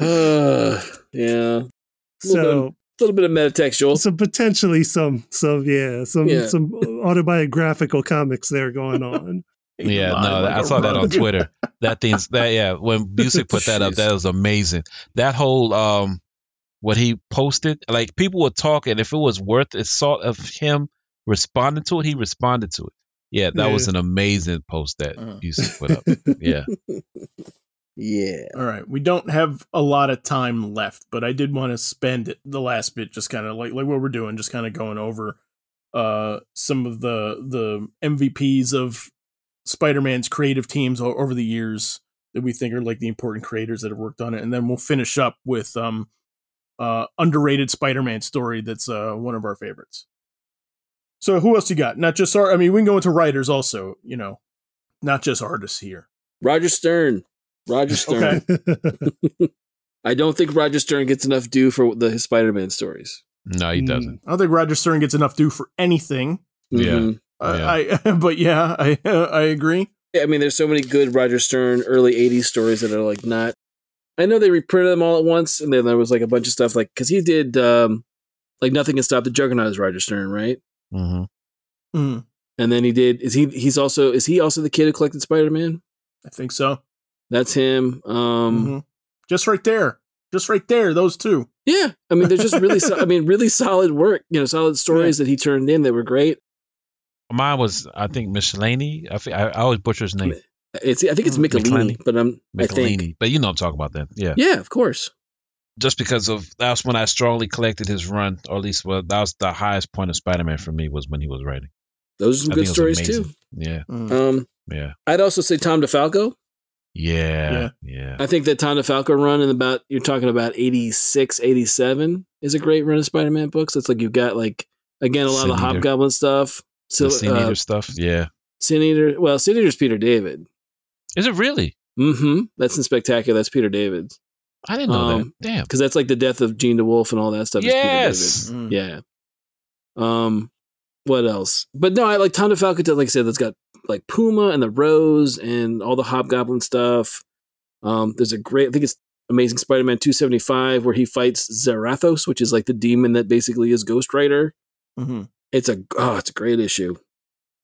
Uh, yeah a so, little bit of metatextual so potentially some, some yeah, some Yeah. some uh, autobiographical comics there *laughs* going on. *laughs* Yeah, Lie no, like I a saw that on rug. Twitter. That thing's that yeah, when Busick put that up, that was amazing. That whole um what he posted, like people were talking, if it was worth the salt of him responding to it, he responded to it. Yeah, that was Yeah. an amazing post that Uh-huh. Busick put up. Yeah. yeah All right, we don't have a lot of time left, but I did want to spend it- the last bit just kind of like like what we're doing, just kind of going over uh some of the the MVPs of Spider-Man's creative teams o- over the years that we think are like the important creators that have worked on it, and then we'll finish up with um uh underrated Spider-Man story that's uh one of our favorites. So who else you got? Not just our I mean we can go into writers also, you know, not just artists here. roger stern roger stern Okay. i don't think roger stern gets enough due for the his spider-man stories No, he doesn't. I don't think Roger Stern gets enough due for anything. Oh, Yeah. Mhm. I, *laughs* I but yeah, I I agree. Yeah, I mean, there's so many good Roger Stern early '80s stories that are like not. I know they reprinted them all at once, and then there was like a bunch of stuff like because he did um like nothing can stop the Juggernaut is Roger Stern, right? Mm-hmm. Mm, And then he did is he he's also is he also the kid who collected Spider Man? I think so. That's him. Um Mhm. Just right there, just right there. Those two. Yeah, I mean, they're just really so, I mean, really solid work. You know, solid stories that he turned in that were great. Mine was, I think, Miscellany. I, fe- I, I always butcher his name. It's I think it's Mm, Michelini, McClane. but I'm I think McElhaney, but you know I'm talking about that. Yeah. yeah, of course. Just because of that's when I strongly collected his run, or at least well, that was the highest point of Spider Man for me was when he was writing. Those are some I good think it was stories too. amazing. Yeah, Mm. Um, yeah, I'd also say Tom DeFalco. yeah, Yeah. yeah. I think that Tom DeFalco run in about you're talking about 86, 87 is a great run of Spider-Man books. It's like you've got like again a lot of the Sin Eater. Hobgoblin stuff. So, the Sin uh, Eater stuff. Yeah, Sin Eater. Well, Sin Eater's Peter David. is it really? Mm-hmm. That's in Spectacular. That's Peter David. I didn't know Um, that. Damn. Because that's like the death of Gene DeWolf and all that stuff. is Peter David. Yes. Mm. Yeah. Um, what else? But no, I like Tom DeFalco. did, Like I said, that's got like Puma and the Rose and all the Hobgoblin stuff. Um, there's a great. I think it's Amazing Spider-Man 275 where he fights Zarathos, which is like the demon that basically is Ghost Rider. Mhm. It's a oh, it's a great issue.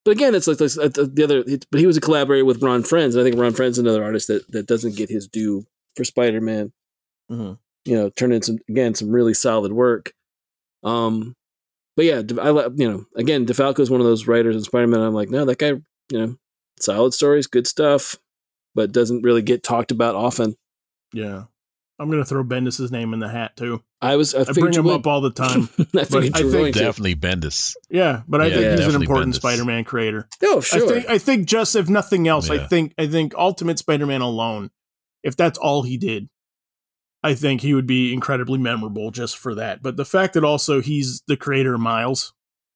But again, it's like this, uh, the the other. It, but he was a collaborator with Ron Friends, and I think Ron Friends is another artist that that doesn't get his due for Spider-Man Mhm. you know, turned in some again some really solid work. Um, but yeah, De- I li- you know again DeFalco is one of those writers in Spider Man. I'm like, no, that guy, you know, solid stories, good stuff, but doesn't really get talked about often. Yeah. I'm gonna throw Bendis's name in the hat too. I was I, I figured bring you him would. up all the *laughs* time. *laughs* I figured I you were think going to. Definitely Bendis. Yeah, but I Yeah, think he's an definitely important Bendis. Spider-Man creator. No, Oh, sure. I think I think just if nothing else, I Yeah. think I think Ultimate Spider-Man alone, if that's all he did, I think he would be incredibly memorable just for that. But the fact that also he's the creator of Miles,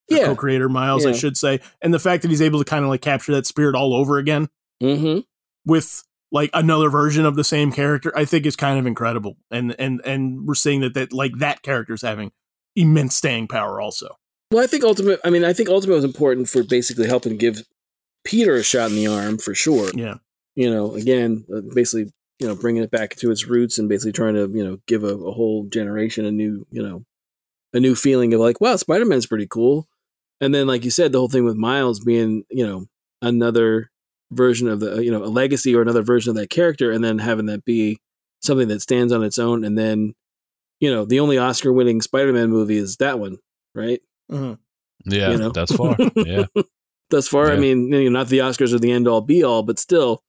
the yeah. co-creator of Miles, I Yeah. should say, and the fact that he's able to kind of like capture that spirit all over again Mm-hmm. with like another version of the same character, I think is kind of incredible. And and and we're seeing that that like that character's having immense staying power also. Well, I think ultimate. I mean, I think ultimate was important for basically helping give Peter a shot in the arm for sure. Yeah. you know, again, uh, basically, you know, bringing it back to its roots and basically trying to, you know, give a, a whole generation a new, you know, a new feeling of like, wow, Spider Man's pretty cool. And then, like you said, the whole thing with Miles being, you know, another version of the, uh, you know, a legacy or another version of that character, and then having that be something that stands on its own. And then, you know, the only Oscar winning Spider Man movie is that one, right? Mm-hmm. Yeah, You know. that's *laughs* far. Yeah, Thus far, I Yeah. mean, you know, not the Oscars are the end all be all, but still,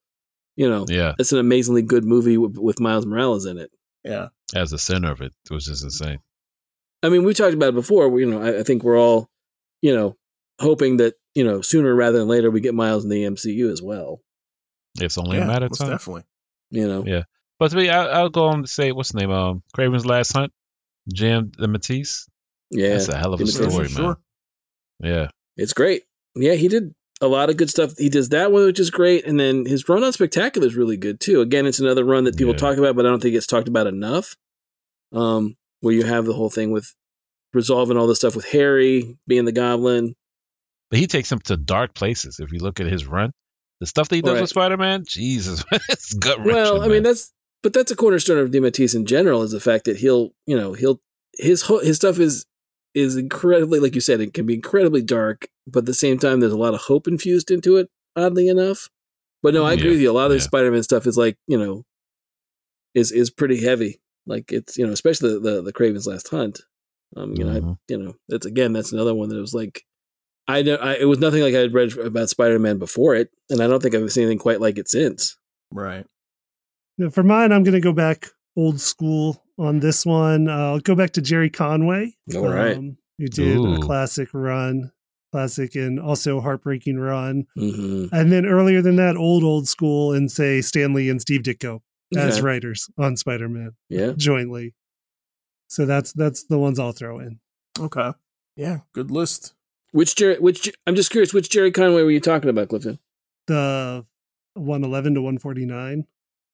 you know, yeah. it's an amazingly good movie with, with Miles Morales in it. Yeah. As the center of it, it was just insane. I mean, we talked about it before. We, you know, I, I think we're all, you know, hoping that you know sooner rather than later we get Miles in the MCU as well. It's only yeah, a matter of most time. definitely. You know, Yeah. But to me, I, I'll go on to say what's the name? Um, Craven's Last Hunt, Jim the Matisse. yeah, That's a hell of Give a it to us. story, man. Sure. Yeah, it's great. Yeah, he did a lot of good stuff. He does that one, which is great, and then his run on Spectacular is really good too. Again, it's another run that people Yeah. talk about, but I don't think it's talked about enough. Um, where you have the whole thing with resolving all this stuff with Harry being the Goblin. but he takes him to dark places. If you look at his run, the stuff that he does Right. with Spider-Man, Jesus, *laughs* it's gut wrenching. Well, I mean that's but that's a cornerstone of DeMatteis in general is the fact that he'll you know he'll his whole his stuff is is incredibly like you said it can be incredibly dark, but at the same time there's a lot of hope infused into it. Oddly enough, but no, I agree Yeah, with you. A lot of the yeah. Spider-Man stuff is like you know is is pretty heavy. Like it's you know especially the the, the Craven's Last Hunt. Um, you know I, Mhm. you know that's again that's another one that was like. I, don't- I it was nothing like I had read about Spider-Man before it, and I don't think I've seen anything quite like it since. Right. Yeah, For mine, I'm going to go back old school on this one. I'll go back to Jerry Conway. All right. Um, who did a Ooh. classic run, classic and also heartbreaking run. Mm-hmm. And then earlier than that, old, old school, and say Stanley and Steve Ditko as writers on Spider Man Yeah. jointly. So that's that's the ones I'll throw in. Okay. Yeah. Good list. Which Jerry? Which Jer- I'm just curious. Which Jerry Conway were you talking about, Clifton? *laughs* The 111 to 149.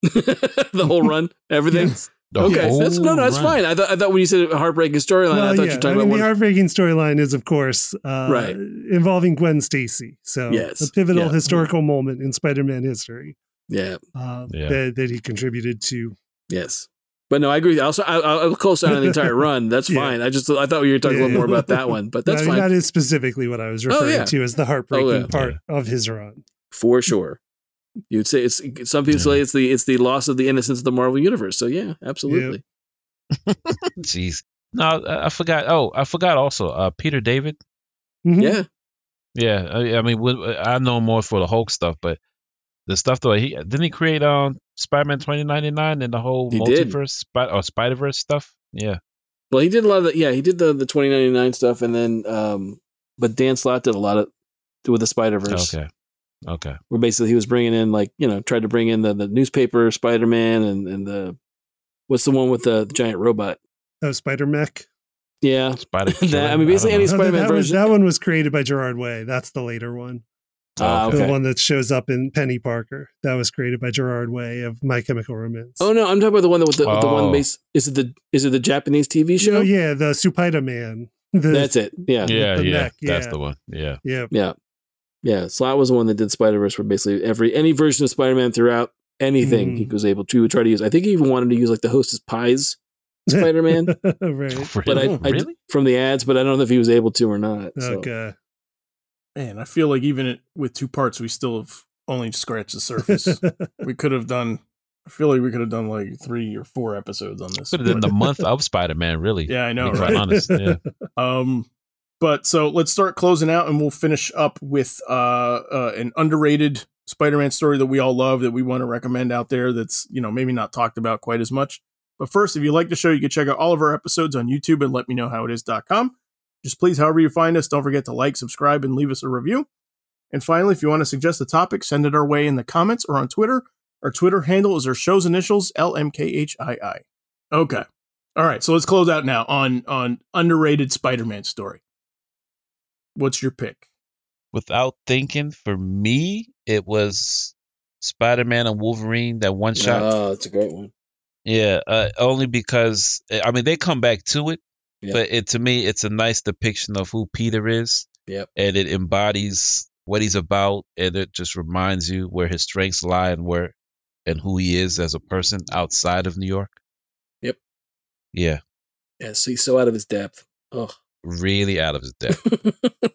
the whole run, everything. Yes. The Okay, that's no, whole no, that's run. fine. I thought, I thought when you said heartbreaking storyline, I Well, thought you were yeah. I talking mean, about the one. heartbreaking storyline is, of course, uh, Right. involving Gwen Stacy. So, Yes. a pivotal Yeah. historical moment in Spider Man history yeah, uh, Yeah. that, that he contributed to. yes, but no, I agree. with you. Also, I, I- I'll co sign on the *laughs* entire run. That's Yeah. fine. I just I thought we were talking a Yeah. little more about that one, but *laughs* that's I mean, fine Oh, That is specifically what I was referring yeah. to as the heartbreaking Oh, yeah. part of his run. for sure. You'd say it's some people say it's the it's the loss of the innocence of the Marvel universe. So yeah, absolutely. Mm-hmm. *laughs* Jeez. No, I, I forgot. Oh, I forgot also. Uh, Peter David. Mhm. Yeah, Yeah, I, I mean, we- I know more for the Hulk stuff, but the stuff though he didn't he create um Spider-Man 2099 and the whole He did. multiverse Spi- or Spider-Verse stuff. Yeah. Well, he did a lot of the, yeah, he did the the 2099 stuff, and then um, but Dan Slott did a lot of with the Spider Verse, Okay. Okay. where basically he was bringing in like you know tried to bring in the, the newspaper Spider Man and and the what's the one with the giant robot? Oh, Spider Mech. Yeah, *laughs* Spider. That- I mean, basically any- don't know. Spider-Man that, was, version. that one was created by Gerard Way. That's the later one. Ah, Okay. The one that shows up in Penny Parker. That was created by Gerard Way of My Chemical Romance. Oh no, I'm talking about the one that with the, with the Oh. one base. Is it the is it the Japanese TV show? Oh, yeah, the Supaita Man. The- That's it. Yeah, yeah, yeah, the yeah, neck, that's yeah. the one. Yeah. Yeah. yeah, Slot was the one that did Spider Verse, where basically every any version of Spider Man throughout anything he Mm. was able to he would try to use. I think he even wanted to use like the Hostess *laughs* Pies Spider Man right. but I, *laughs* Really? I- *laughs* really? from the ads, but I don't know if he was able to or not. So. Okay. Man, I feel like even it, with two parts, we still have only scratched the *laughs* surface. we could have done. I feel like we could have done like three or four episodes on this. Could have done the month of Spider-Man. Really. yeah, I know, To be right? quite honest. Yeah. Um, but so let's start closing out, and we'll finish up with uh, uh an underrated Spider-Man story that we all love that we want to recommend out there. That's you know maybe not talked about quite as much. But first, if you like the show, you can check out all of our episodes on YouTube and let me know how it is.com. Just please, however you find us, don't forget to like, subscribe, and leave us a review. And finally, if you want to suggest a topic, send it our way in the comments or on Twitter. Our Twitter handle is our show's initials, LMKHII. Okay. All right, so let's close out now on on underrated Spider-Man story. What's your pick? Without thinking, for me, it was Spider-Man and Wolverine that one shot. Oh, it's a great one. Yeah, uh, only because eh, I mean they come back to it, Yeah. but it to me it's a nice depiction of who Peter is. Yep. and it embodies what he's about, and it just reminds you where his strengths lie and where and who he is as a person outside of New York. Yep. Yeah, Yeah, so he's so out of his depth. *laughs* Oh, really out of his *laughs* depth.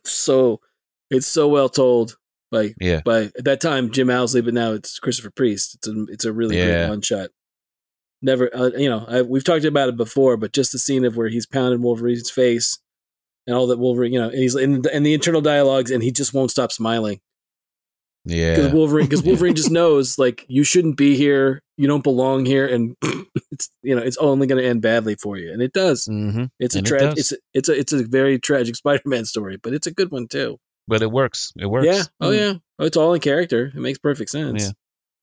so it's so well told by Yeah. by at that time Jim Owsley, but now it's Christopher Priest. It's a it's a really Yeah. great one shot. Never, uh, you know, I, we've talked about it before, but just the scene of where he's pounding Wolverine's face and all that Wolverine, you know, and he's in the, and the internal dialogues, and he just won't stop smiling. because Yeah, Wolverine *laughs* because Wolverine just knows like you shouldn't be here, you don't belong here, and *laughs* it's you know it's only going to end badly for you, and it does. hmm It's a And it tra- does. it's a, it's a it's a very tragic *laughs* Spider-Man story, but it's a good one too. but it works. It works. Mm. Yeah, oh yeah, oh, it's all in character. It makes perfect sense.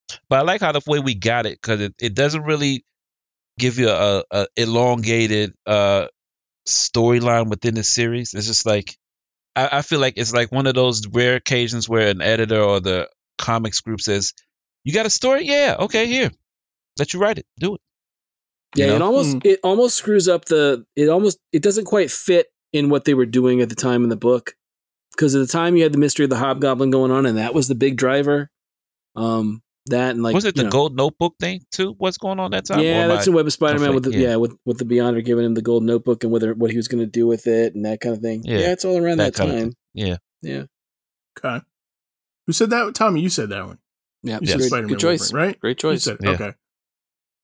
Yeah. but I like how the way we got it because it, it doesn't really give you a, a elongated uh, storyline within the series. It's just like I, I feel like it's like one of those rare occasions where an editor or the comics group says, "You got a story? Yeah, okay, here, let you write it, do it." Yeah, You it know? almost it almost screws up the it almost it doesn't quite fit in what they were doing at the time in the book because at the time you had the mystery of the hobgoblin going on, and that was the big driver. Um, that and like was it the you know- Gold Notebook thing too? What's going on that time? Oh Or Yeah, am that's the I- Web of Spider-Man with the, conflict, yeah. with with the Beyonder giving him the gold notebook and whether what he was going to do with it and that kind of thing. Yeah, Yeah, it's all around that that, kind of time. yeah. Hmm, Okay. Who said that? Tommy, you said that one. Yeah, You Yes. said Good- Spider-Man good choice. Wolverine, right? Great You choice. said it. Yeah. Okay.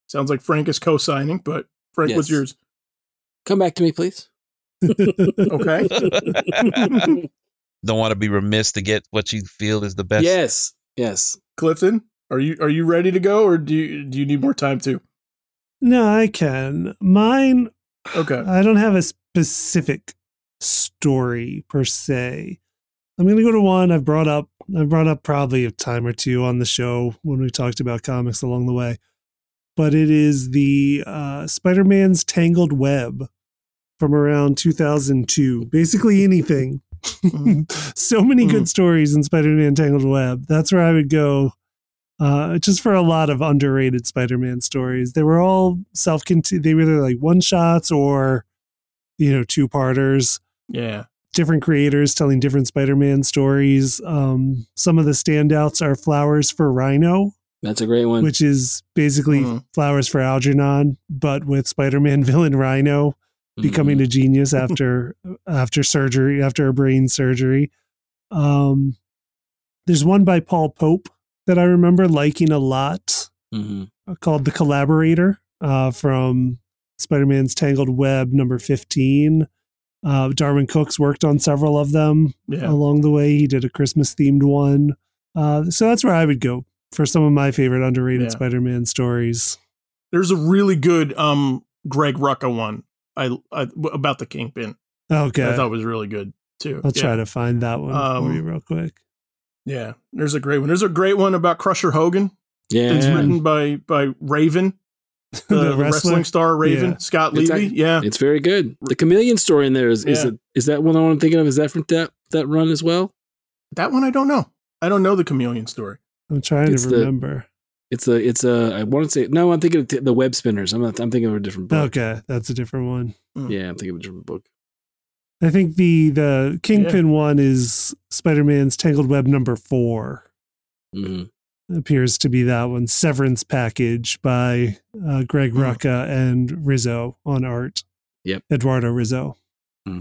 Sounds like Frank is co-signing, but Frank, what's Yes. yours? Come back to me, please. Okay. *laughs* *laughs* Don't want to be remiss to get what you feel is the best. Yes, yes. Clifton, are you are you ready to go, or do you do you need more time too? No, I can. Mine, Okay. I don't have a specific story per se. I'm going to go to one I've brought up. I've brought up probably a time or two on the show when we talked about comics along the way. But it is the uh, Spider Man's Tangled Web from around 2002. Basically anything. *laughs* so many good stories in Spider Man Tangled Web. That's where I would go uh, just for a lot of underrated Spider-Man stories. They were all self-contained. They were either like one shots or, you know, two parters. Yeah. Different creators telling different Spider-Man stories. Um, some of the standouts are Flowers for Rhino, That's a great one. which is basically Mhm. Flowers for Algernon, but with Spider-Man *laughs* villain Rhino becoming a genius after after surgery after a brain surgery um there's one by paul pope that i remember liking a lot hmm uh, called the collaborator uh from spider-man's tangled web number 15 uh darwin cooks worked on several of them Yeah. along the way he did a christmas themed one uh so that's where i would go for some of my favorite underrated Yeah. Spider-Man stories. There's a really good um Greg Rucka one I, I about the Kingpin. Okay, I thought was really good too. I'll yeah. try to find that one for Um, you real quick. Yeah, there's a great one. There's a great one about Crusher Hogan. Yeah, It's written by by Raven, the, The wrestling? wrestler? star Raven Yeah. Scott It's Levy. ac- yeah, It's very good. The chameleon story in there is is Yeah. it is that one I'm thinking of? Is that from that that run as well? that one I don't know. I don't know the Chameleon story. I'm trying It's to the- remember. It's a it's a I want to say no. I'm thinking of t- the web spinners. I'm not. I'm thinking of a different book. okay, that's a different one. Yeah, I'm thinking of a different book. I think the the Kingpin one is Spider-Man's Tangled Web number four. hmm *laughs* appears to be that one severance package by uh, greg Hmm. rucka and rizzo on art Yep. eduardo rizzo hmm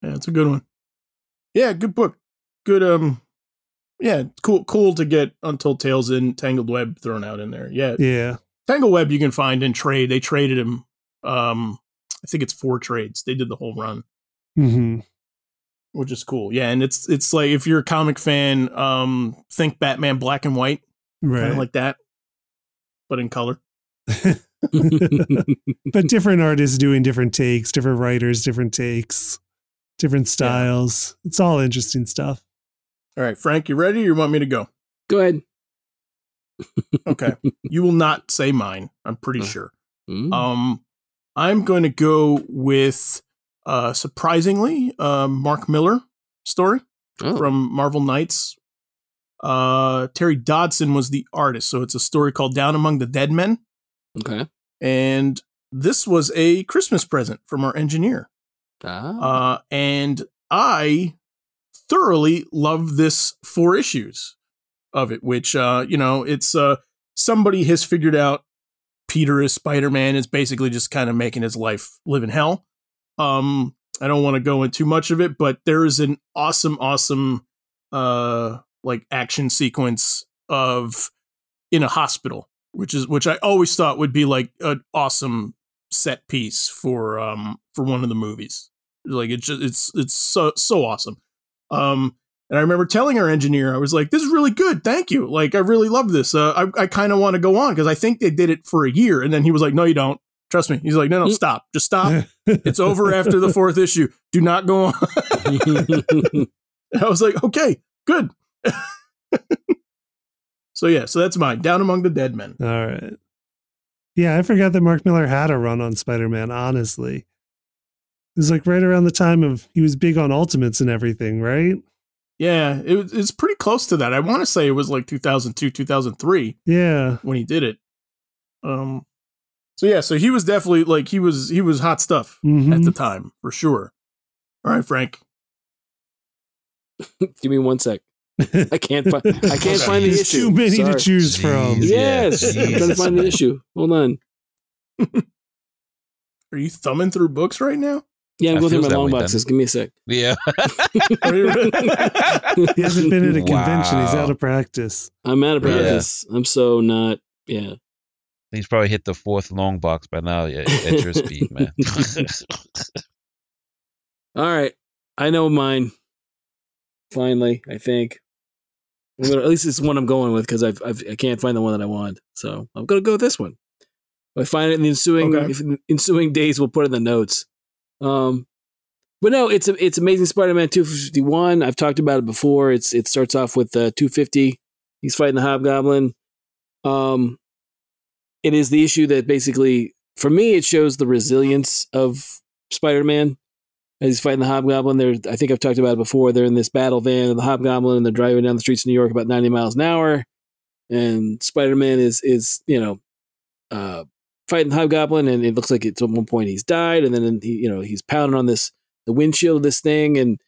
Yeah, it's a good one. Yeah, good book. Good um yeah, it's cool cool to get Untold Tales in Tangled Web thrown out in there. Yeah. yeah Tangled Web you can find in trade. They traded him um I think it's four trades. They did the whole run, hmm which is cool. Yeah, and it's it's like if you're a comic fan, um think Batman black and white, kind right of like that. But in color. *laughs* Mm-hmm. but different artists doing different takes different writers different takes different styles it's all interesting stuff All right, Frank, you ready or you want me to go? *laughs* Go ahead. *laughs* Okay. you will not say mine, I'm pretty Uh. sure. Mm. Um, I'm going to go with uh, surprisingly uh, Mark Miller story Oh, from Marvel Knights. Uh, Terry Dodson was the artist, so it's a story called Down Among the Dead Men, okay. and this was a Christmas present from our engineer. Ah, Uh, and I thoroughly love this four issues of it, which uh, you know, it's uh somebody has figured out Peter is Spider-Man is basically just kind of making his life live in hell. Um, I don't want to go into too much of it, but there is an awesome, awesome uh like action sequence of in a hospital, which is which I always thought would be like an awesome set piece for um for one of the movies like it's just it's it's so so awesome um and i remember telling our engineer i was like this is really good thank you like i really love this uh, i, I kind of want to go on because i think they did it for a year and then he was like no you don't trust me he's like no no Mm. stop just stop Uh, it's over after the fourth issue do not go on *laughs* And i was like okay good *laughs* so yeah so that's mine down among the dead men *laughs* all right yeah i forgot that mark miller had a run on spider-man honestly it was like right around the time of he was big on ultimates and everything right yeah it, was- it's pretty close to that i want to say it was like 2002 2003 yeah when he did it. Um, so yeah, so he was definitely like he was he was hot stuff Mhm. at Mm-hmm. the time for sure. All right, Frank. *laughs* give me one sec. *laughs* I can't find. I can't Okay. find the There's issue. too many Sorry. to choose from. Jeez. Yes, Yeah, I'm trying to Jesus. find the issue. Hold on. Are you thumbing through books right now? *laughs* Yeah, I'm That going through my feels that long way, doesn't boxes. Give me a *laughs* sec. Yeah. Are you- He hasn't *laughs* been at a convention. He's Wow. out of practice. I'm out of Yeah. practice. I'm so not. Yeah. He's probably hit the fourth long box by now yeah, at your speed, man. *laughs* All right. I know mine. Finally, I think. I'm gonna, at least it's one I'm going with because I've, I've I can't find the one that I want, so I'm gonna go with this one. If I find it in the ensuing Okay. if in the ensuing days, we'll put it in the notes. Um, but no, it's a, it's Amazing Spider-Man 251. I've talked about it before. It's it starts off with uh, 250. He's fighting the Hobgoblin. Um, it is the issue that basically, for me, it shows the resilience of Spider-Man as he's fighting the Hobgoblin. They're, I think I've talked about it before. They're in this battle van and the Hobgoblin, and they're driving down the streets of New York about 90 miles an hour. And Spider-Man is is you know, uh, fighting the Hobgoblin, and it looks like it's at one point he's died, and then he, you know he's pounding on this the windshield of this thing and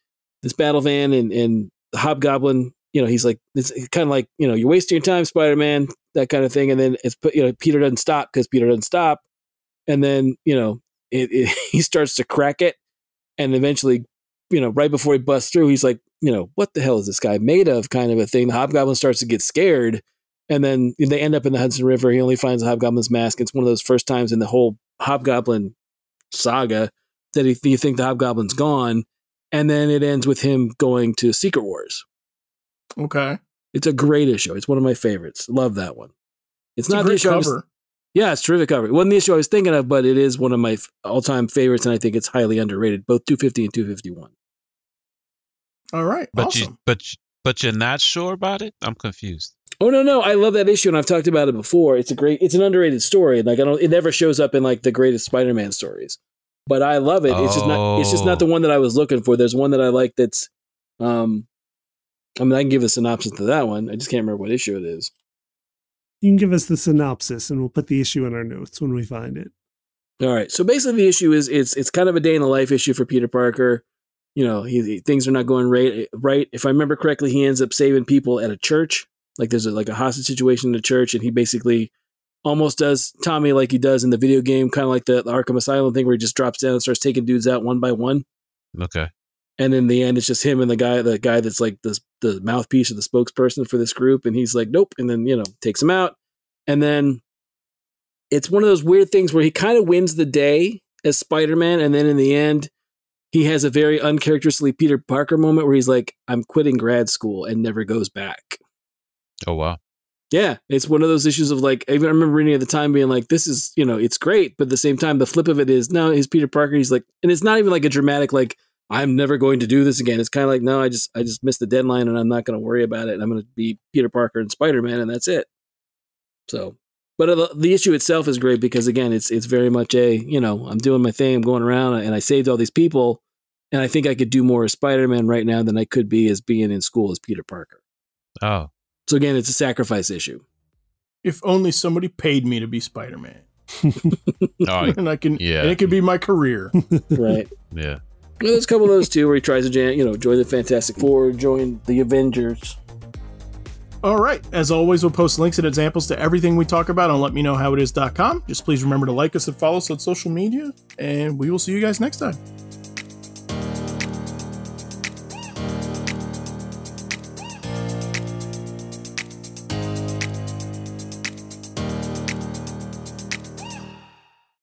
this battle van, and and the Hobgoblin, you know, he's like it's kind of like you know you're wasting your time, Spider-Man, that kind of thing. And then it's put you know Peter doesn't stop because Peter doesn't stop, and then you know it, it *laughs* he starts to crack it and eventually, you know, right before he busts through, he's like, you know, what the hell is this guy made of? Kind of a thing. The hobgoblin starts to get scared, and then they end up in the Hudson River. He only finds the hobgoblin's mask. It's one of those first times in the whole hobgoblin saga that he, you think the hobgoblin's gone, and then it ends with him going to Secret Wars okay. It's a great issue. It's one of my favorites. Love that one. It's It's, a not the great issue. I was- cover. yeah, it's a terrific cover. It wasn't the issue I was thinking of, but it is one of my f- all-time favorites, and I think it's highly underrated. Both 250 and 251. All right. But awesome. you but you- but you're not sure about it? I'm confused. Oh no, no, I love that issue, and I've talked about it before. It's a great, it's an underrated story, and like I don't, it never shows up in like the greatest Spider-Man stories, but I love it. It's just not, it's just not the Oh. one that I was looking for. There's one that I like that's, um, I mean, I can give a synopsis to that one. I just can't remember what issue it is. You can give us the synopsis and we'll put the issue in our notes when we find it. All right. So basically, the issue is it's it's kind of a day in the life issue for Peter Parker. You know, he, he- things are not going right. Right. If I remember correctly, he ends up saving people at a church. Like there's a, like a hostage situation in the church, and he basically almost does Tommy like he does in the video game, kind of like the, the Arkham Asylum thing, where he just drops down and starts taking dudes out one by one. Okay. And in the end, it's just him and the guy, the guy that's like the the mouthpiece or the spokesperson for this group, and he's like, nope, and then you know takes him out, and then it's one of those weird things where he kind of wins the day as Spider Man, and then in the end, he has a very uncharacteristically Peter Parker moment where he's like, I'm quitting grad school and never goes back. Oh wow. Yeah, it's one of those issues of like, I even remember reading at the time being like, this is, you know, it's great. But at the same time, the flip of it is no, he's Peter Parker. He's like, and it's not even like a dramatic, like, I'm never going to do this again. It's kind of like, no, I just, I just missed the deadline and I'm not going to worry about it. And I'm going to be Peter Parker and Spider Man and that's it. So, but the, the issue itself is great because again, it's, it's very much a, you know, I'm doing my thing, I'm going around and I saved all these people. And I think I could do more as Spider Man right now than I could be as being in school as Peter Parker. Oh. So again, it's a sacrifice issue. if only somebody paid me to be Spider Man, All *laughs* right. and I can. Yeah. And it could be my career. Right. Oh, Yeah. Well, there's a couple of those too, where he tries to, jan- you know, join the Fantastic Four, join the Avengers. All right. As always, we'll post links and examples to everything we talk about on letmeknowhowitis.com. Just please remember to like us and follow us on social media, and we will see you guys next time.